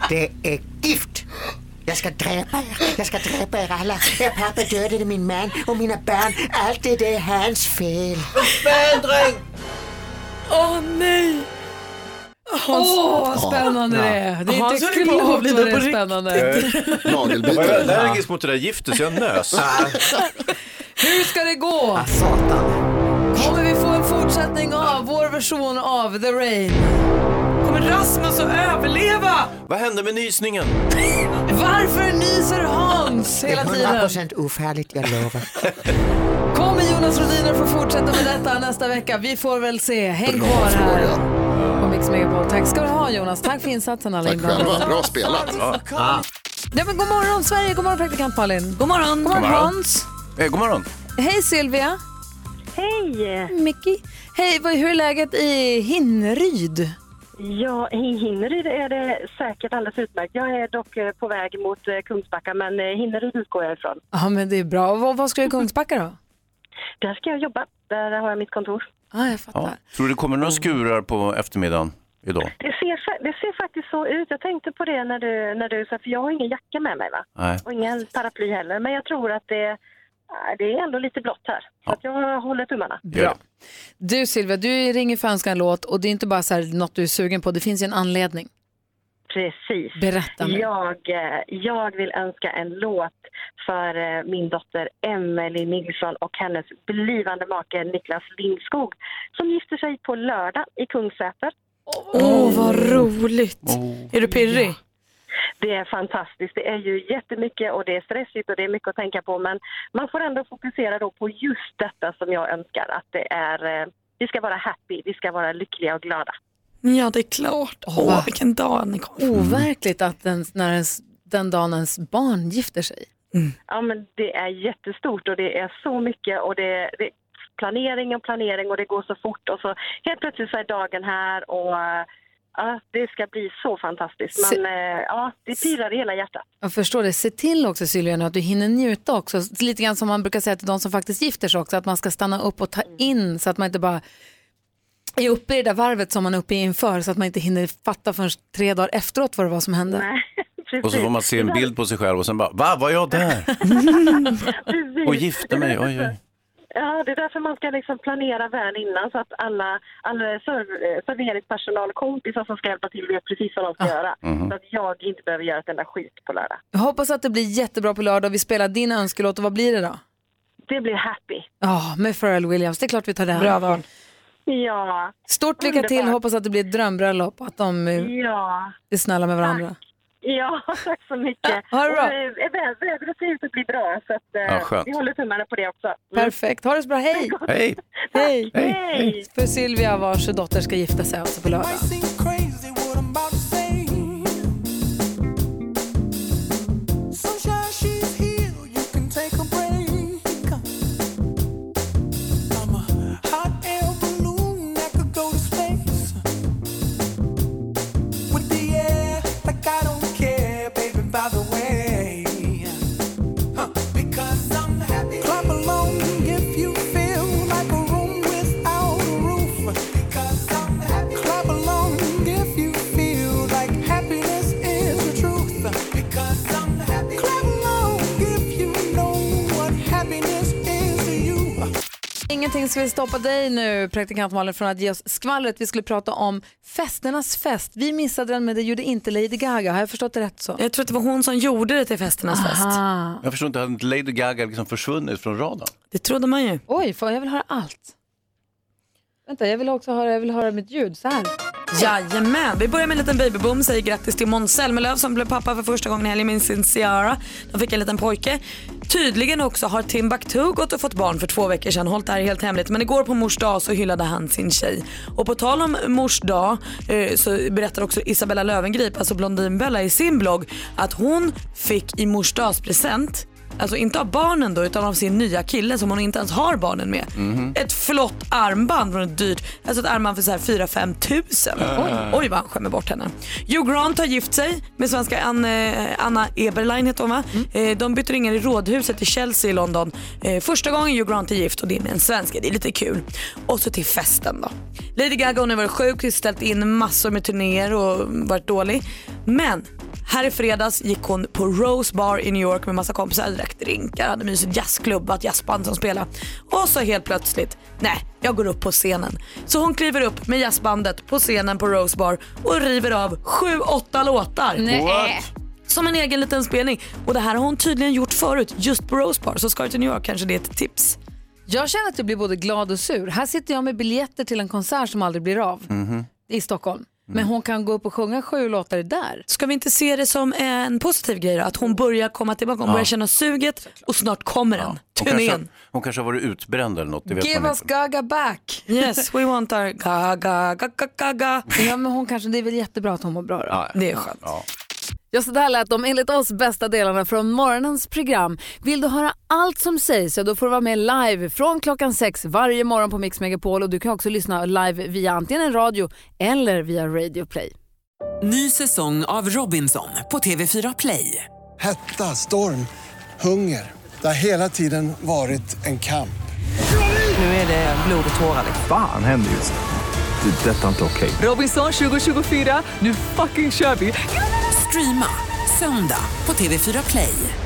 V: Det är gift! Jag ska dräpa er, jag ska dräpa er alla. Er pappa dödade min man och mina barn. Allt det där är hans fel.
D: Förändring!
A: Åh nej! Hans,
V: Åh,
A: vad spännande
V: Ja.
A: det är. Det är
V: Hans
A: inte
V: håller på att
A: klokt vad
V: avlida
A: det
V: på
A: är
V: riktigt.
A: spännande.
F: Jag
J: Eh,
F: var allergisk mot det där giftet så jag nös.
J: Ah.
A: Hur ska det gå? Kommer vi få en fortsättning av vår version av The Rain? Kommer Rasmus att överleva?
F: Vad hände med nysningen?
A: Varför nyser Hans hela tiden?
V: 100% ofarligt, jag lovar.
A: Kommer Jonas Rhodiner få fortsätta med detta nästa vecka? Vi får väl se. Häng kvar här på Mix Megapol. Tack ska du ha Jonas. Tack för insatsen alla
J: Tack själva,
A: inblandade.
J: bra spelat.
A: Ja, men god morgon Sverige, god morgon praktikant Malin. God morgon. God morgon Hans.
F: Eh, god morgon.
A: Hej Silvia. Hej. Mickey. Hej, vad- hur är läget i Hinneryd?
X: Ja, i Hinneryd är det säkert alldeles utmärkt. Jag är dock eh, på väg mot eh, Kungsbacka, men eh, Hinneryd utgår jag ifrån.
A: Ja, men det är bra. Och Vad, vad ska du i Kungsbacka då?
X: Där ska jag jobba. Där har jag mitt kontor.
A: Ah, jag fattar.
F: Ja. Tror du det kommer några skurar på eftermiddagen idag?
X: Det ser, fa- det ser faktiskt så ut. Jag tänkte på det när du, när du sa, för jag har ingen jacka med mig va?
F: Nej.
X: Och ingen paraply heller, men jag tror att det, eh, det är ändå lite blått här. Så att jag håller tummarna.
A: Bra. Du Silvia, du ringer för att önska en låt och det är inte bara så här något du är sugen på, det finns ju en anledning.
X: Precis.
A: Berätta nu.
X: Jag, eh, jag vill önska en låt för eh, min dotter Emelie Nilsson och hennes blivande make Niklas Lindskog som gifter sig på lördag i Kungsäter.
W: Åh, vad roligt. Är du pirrig?
X: Det är fantastiskt. Det är ju jättemycket och det är stressigt och det är mycket att tänka på men man får ändå fokusera då på just detta som jag önskar att det är eh, vi ska vara happy, vi ska vara lyckliga och glada.
W: Ja, det är klart. Åh, vilken dag ni kom.
A: Overkligt att den, när ens, den dagen ens barn gifter sig.
X: Ja, men det är jättestort och det är så mycket och det, det planering och planering och det går så fort och så helt plötsligt så är dagen här och eh, ja, det ska bli så fantastiskt. Men eh, ja, det pirrar i hela hjärtat.
A: Jag förstår det. Se till också Sylvia nu att du hinner njuta också. Lite grann som man brukar säga till de som faktiskt gifter sig också, att man ska stanna upp och ta
X: Mm.
A: in så att man inte bara är uppe i det där varvet som man är uppe i inför så att man inte hinner fatta förrän tre dagar efteråt vad det var som hände.
F: Och så får man se en bild på sig själv och sen bara, va, var jag där?
X: Precis.
F: Och gifte mig, oj, oj.
X: Ja, det är därför man ska liksom planera väl innan så att alla, alla serv, eh, serveringspersonal och kompisar som ska hjälpa till vet precis vad de ska
A: Ah.
X: göra. Så att jag inte behöver göra ett enda skit på lördag.
A: Jag hoppas att det blir jättebra på lördag. Vi spelar din önskelåt och vad blir det då?
X: Det blir happy.
A: Ja, med Pharrell Williams. Det är klart vi tar den.
X: Bra
A: val.
X: Ja.
A: Stort lycka till.
X: Underbart.
A: Hoppas att det blir ett drömbröllop och att de eh,
X: Ja.
A: är snälla med varandra.
X: Ja, tack så mycket.
A: ha det bra.
X: Och, eh, vä- Vädret ser ut att bli bra, så att, eh,
A: Ja, skönt.
X: vi håller tummarna på det också. Mm.
A: Perfekt. Ha det så bra. Hej!
F: Hej!
A: Hej!
X: Hej!
A: För Sylvia vars dotter ska gifta sig alltså på lördag.
D: Sunshine, she's here. You can take a break. I'm a hot air balloon that could go to space with the air like I don't care, baby. By the way, huh? Because I'm happy. Clap along if you feel like a room without a roof. Because I'm happy. Clap along. if
A: Ingenting ska vi stoppa dig nu, praktikant Malin, från att ge oss skvallret. Vi skulle prata om festernas fest. Vi missade den, men det gjorde inte Lady Gaga. Har jag förstått det rätt så?
H: Jag tror att det var hon som gjorde det till festernas fest.
A: Ah.
F: Jag förstår inte, har inte Lady Gaga liksom försvunnit från radarn?
H: Det trodde man ju.
A: Oj, fan, jag vill höra allt. Vänta, jag vill också höra, jag vill höra mitt ljud. Så här.
H: Jajamän, vi börjar med en liten babyboom. Säger grattis till Måns Zelmerlöw som blev pappa för första gången i helgen med sin Ciara. De fick en liten pojke. Tydligen också har Timbuktu gått och fått barn för två veckor sedan. Hållt det här helt hemligt. Men igår på mors dag så hyllade han sin tjej. Och på tal om mors dag eh, så berättar också Isabella Löwengrip, alltså Blondinbella i sin blogg att hon fick i mors dagspresent Alltså inte av barnen då utan av sin nya kille som hon inte ens har barnen med.
F: Mm.
H: Ett flott armband från ett dyrt, alltså ett armband för så här 4-5 tusen.
Q: Ah.
D: Äh.
H: Oj, oj vad han skämmer bort henne. Hugh Grant har gift sig med svenska Ann, eh, Anna Eberlein heter hon va? Eh, de bytte ringar i rådhuset i Chelsea i London. Eh, första gången Hugh Grant är gift och det är med en svensk, det är lite kul. Och så till festen då. Lady Gaga hon har varit sjuk, ställt in massor med turnéer och varit dålig. Men här i fredags gick hon på Rose Bar i New York med massa kompisar, drack drinkar, hade mysigt jazzklubb, ett jazzband som spelade. Och så helt plötsligt, nej, jag går upp på scenen. Så hon kliver upp med jazzbandet på scenen på Rose Bar och river av sju, åtta låtar.
D: Nej. What?
H: Som en egen liten spelning. Och det här har hon tydligen gjort förut, just på Rose Bar. Så ska du till New York kanske det är ett tips.
A: Jag känner att jag blir både glad och sur. Här sitter jag med biljetter till en konsert som aldrig blir av i Stockholm. Men hon kan gå upp och sjunga sju låtar där.
H: Ska vi inte se det som en positiv grej då? Att hon börjar komma tillbaka, hon
F: Ja.
H: börjar känna suget och snart kommer den.
F: Hon
H: Turnén.
F: kanske, hon kanske har varit utbränd eller något, det vet man
A: Give us
F: inte.
A: Gaga back!
H: Yes, we want our Gaga, Gaga, Gaga.
A: Ja, men hon kanske, det är väl jättebra att hon mår bra då.
H: Det är skönt.
A: Ja, så där lät de enligt oss bästa delarna från morgonens program. Vill du höra allt som sägs så då får du vara med live från klockan sex varje morgon på Mix Megapol och du kan också lyssna live via antingen en radio eller via Radio Play.
Y: Ny säsong av Robinson på TV4 Play.
E: Hetta, storm, hunger. Det har hela tiden varit en kamp.
Y: Nu är det blod och tårar.
G: Fan händer just nu. Det. är Detta är inte okej.
Y: Robinson 2024, nu fucking kör vi! Streama söndag på TV4 Play.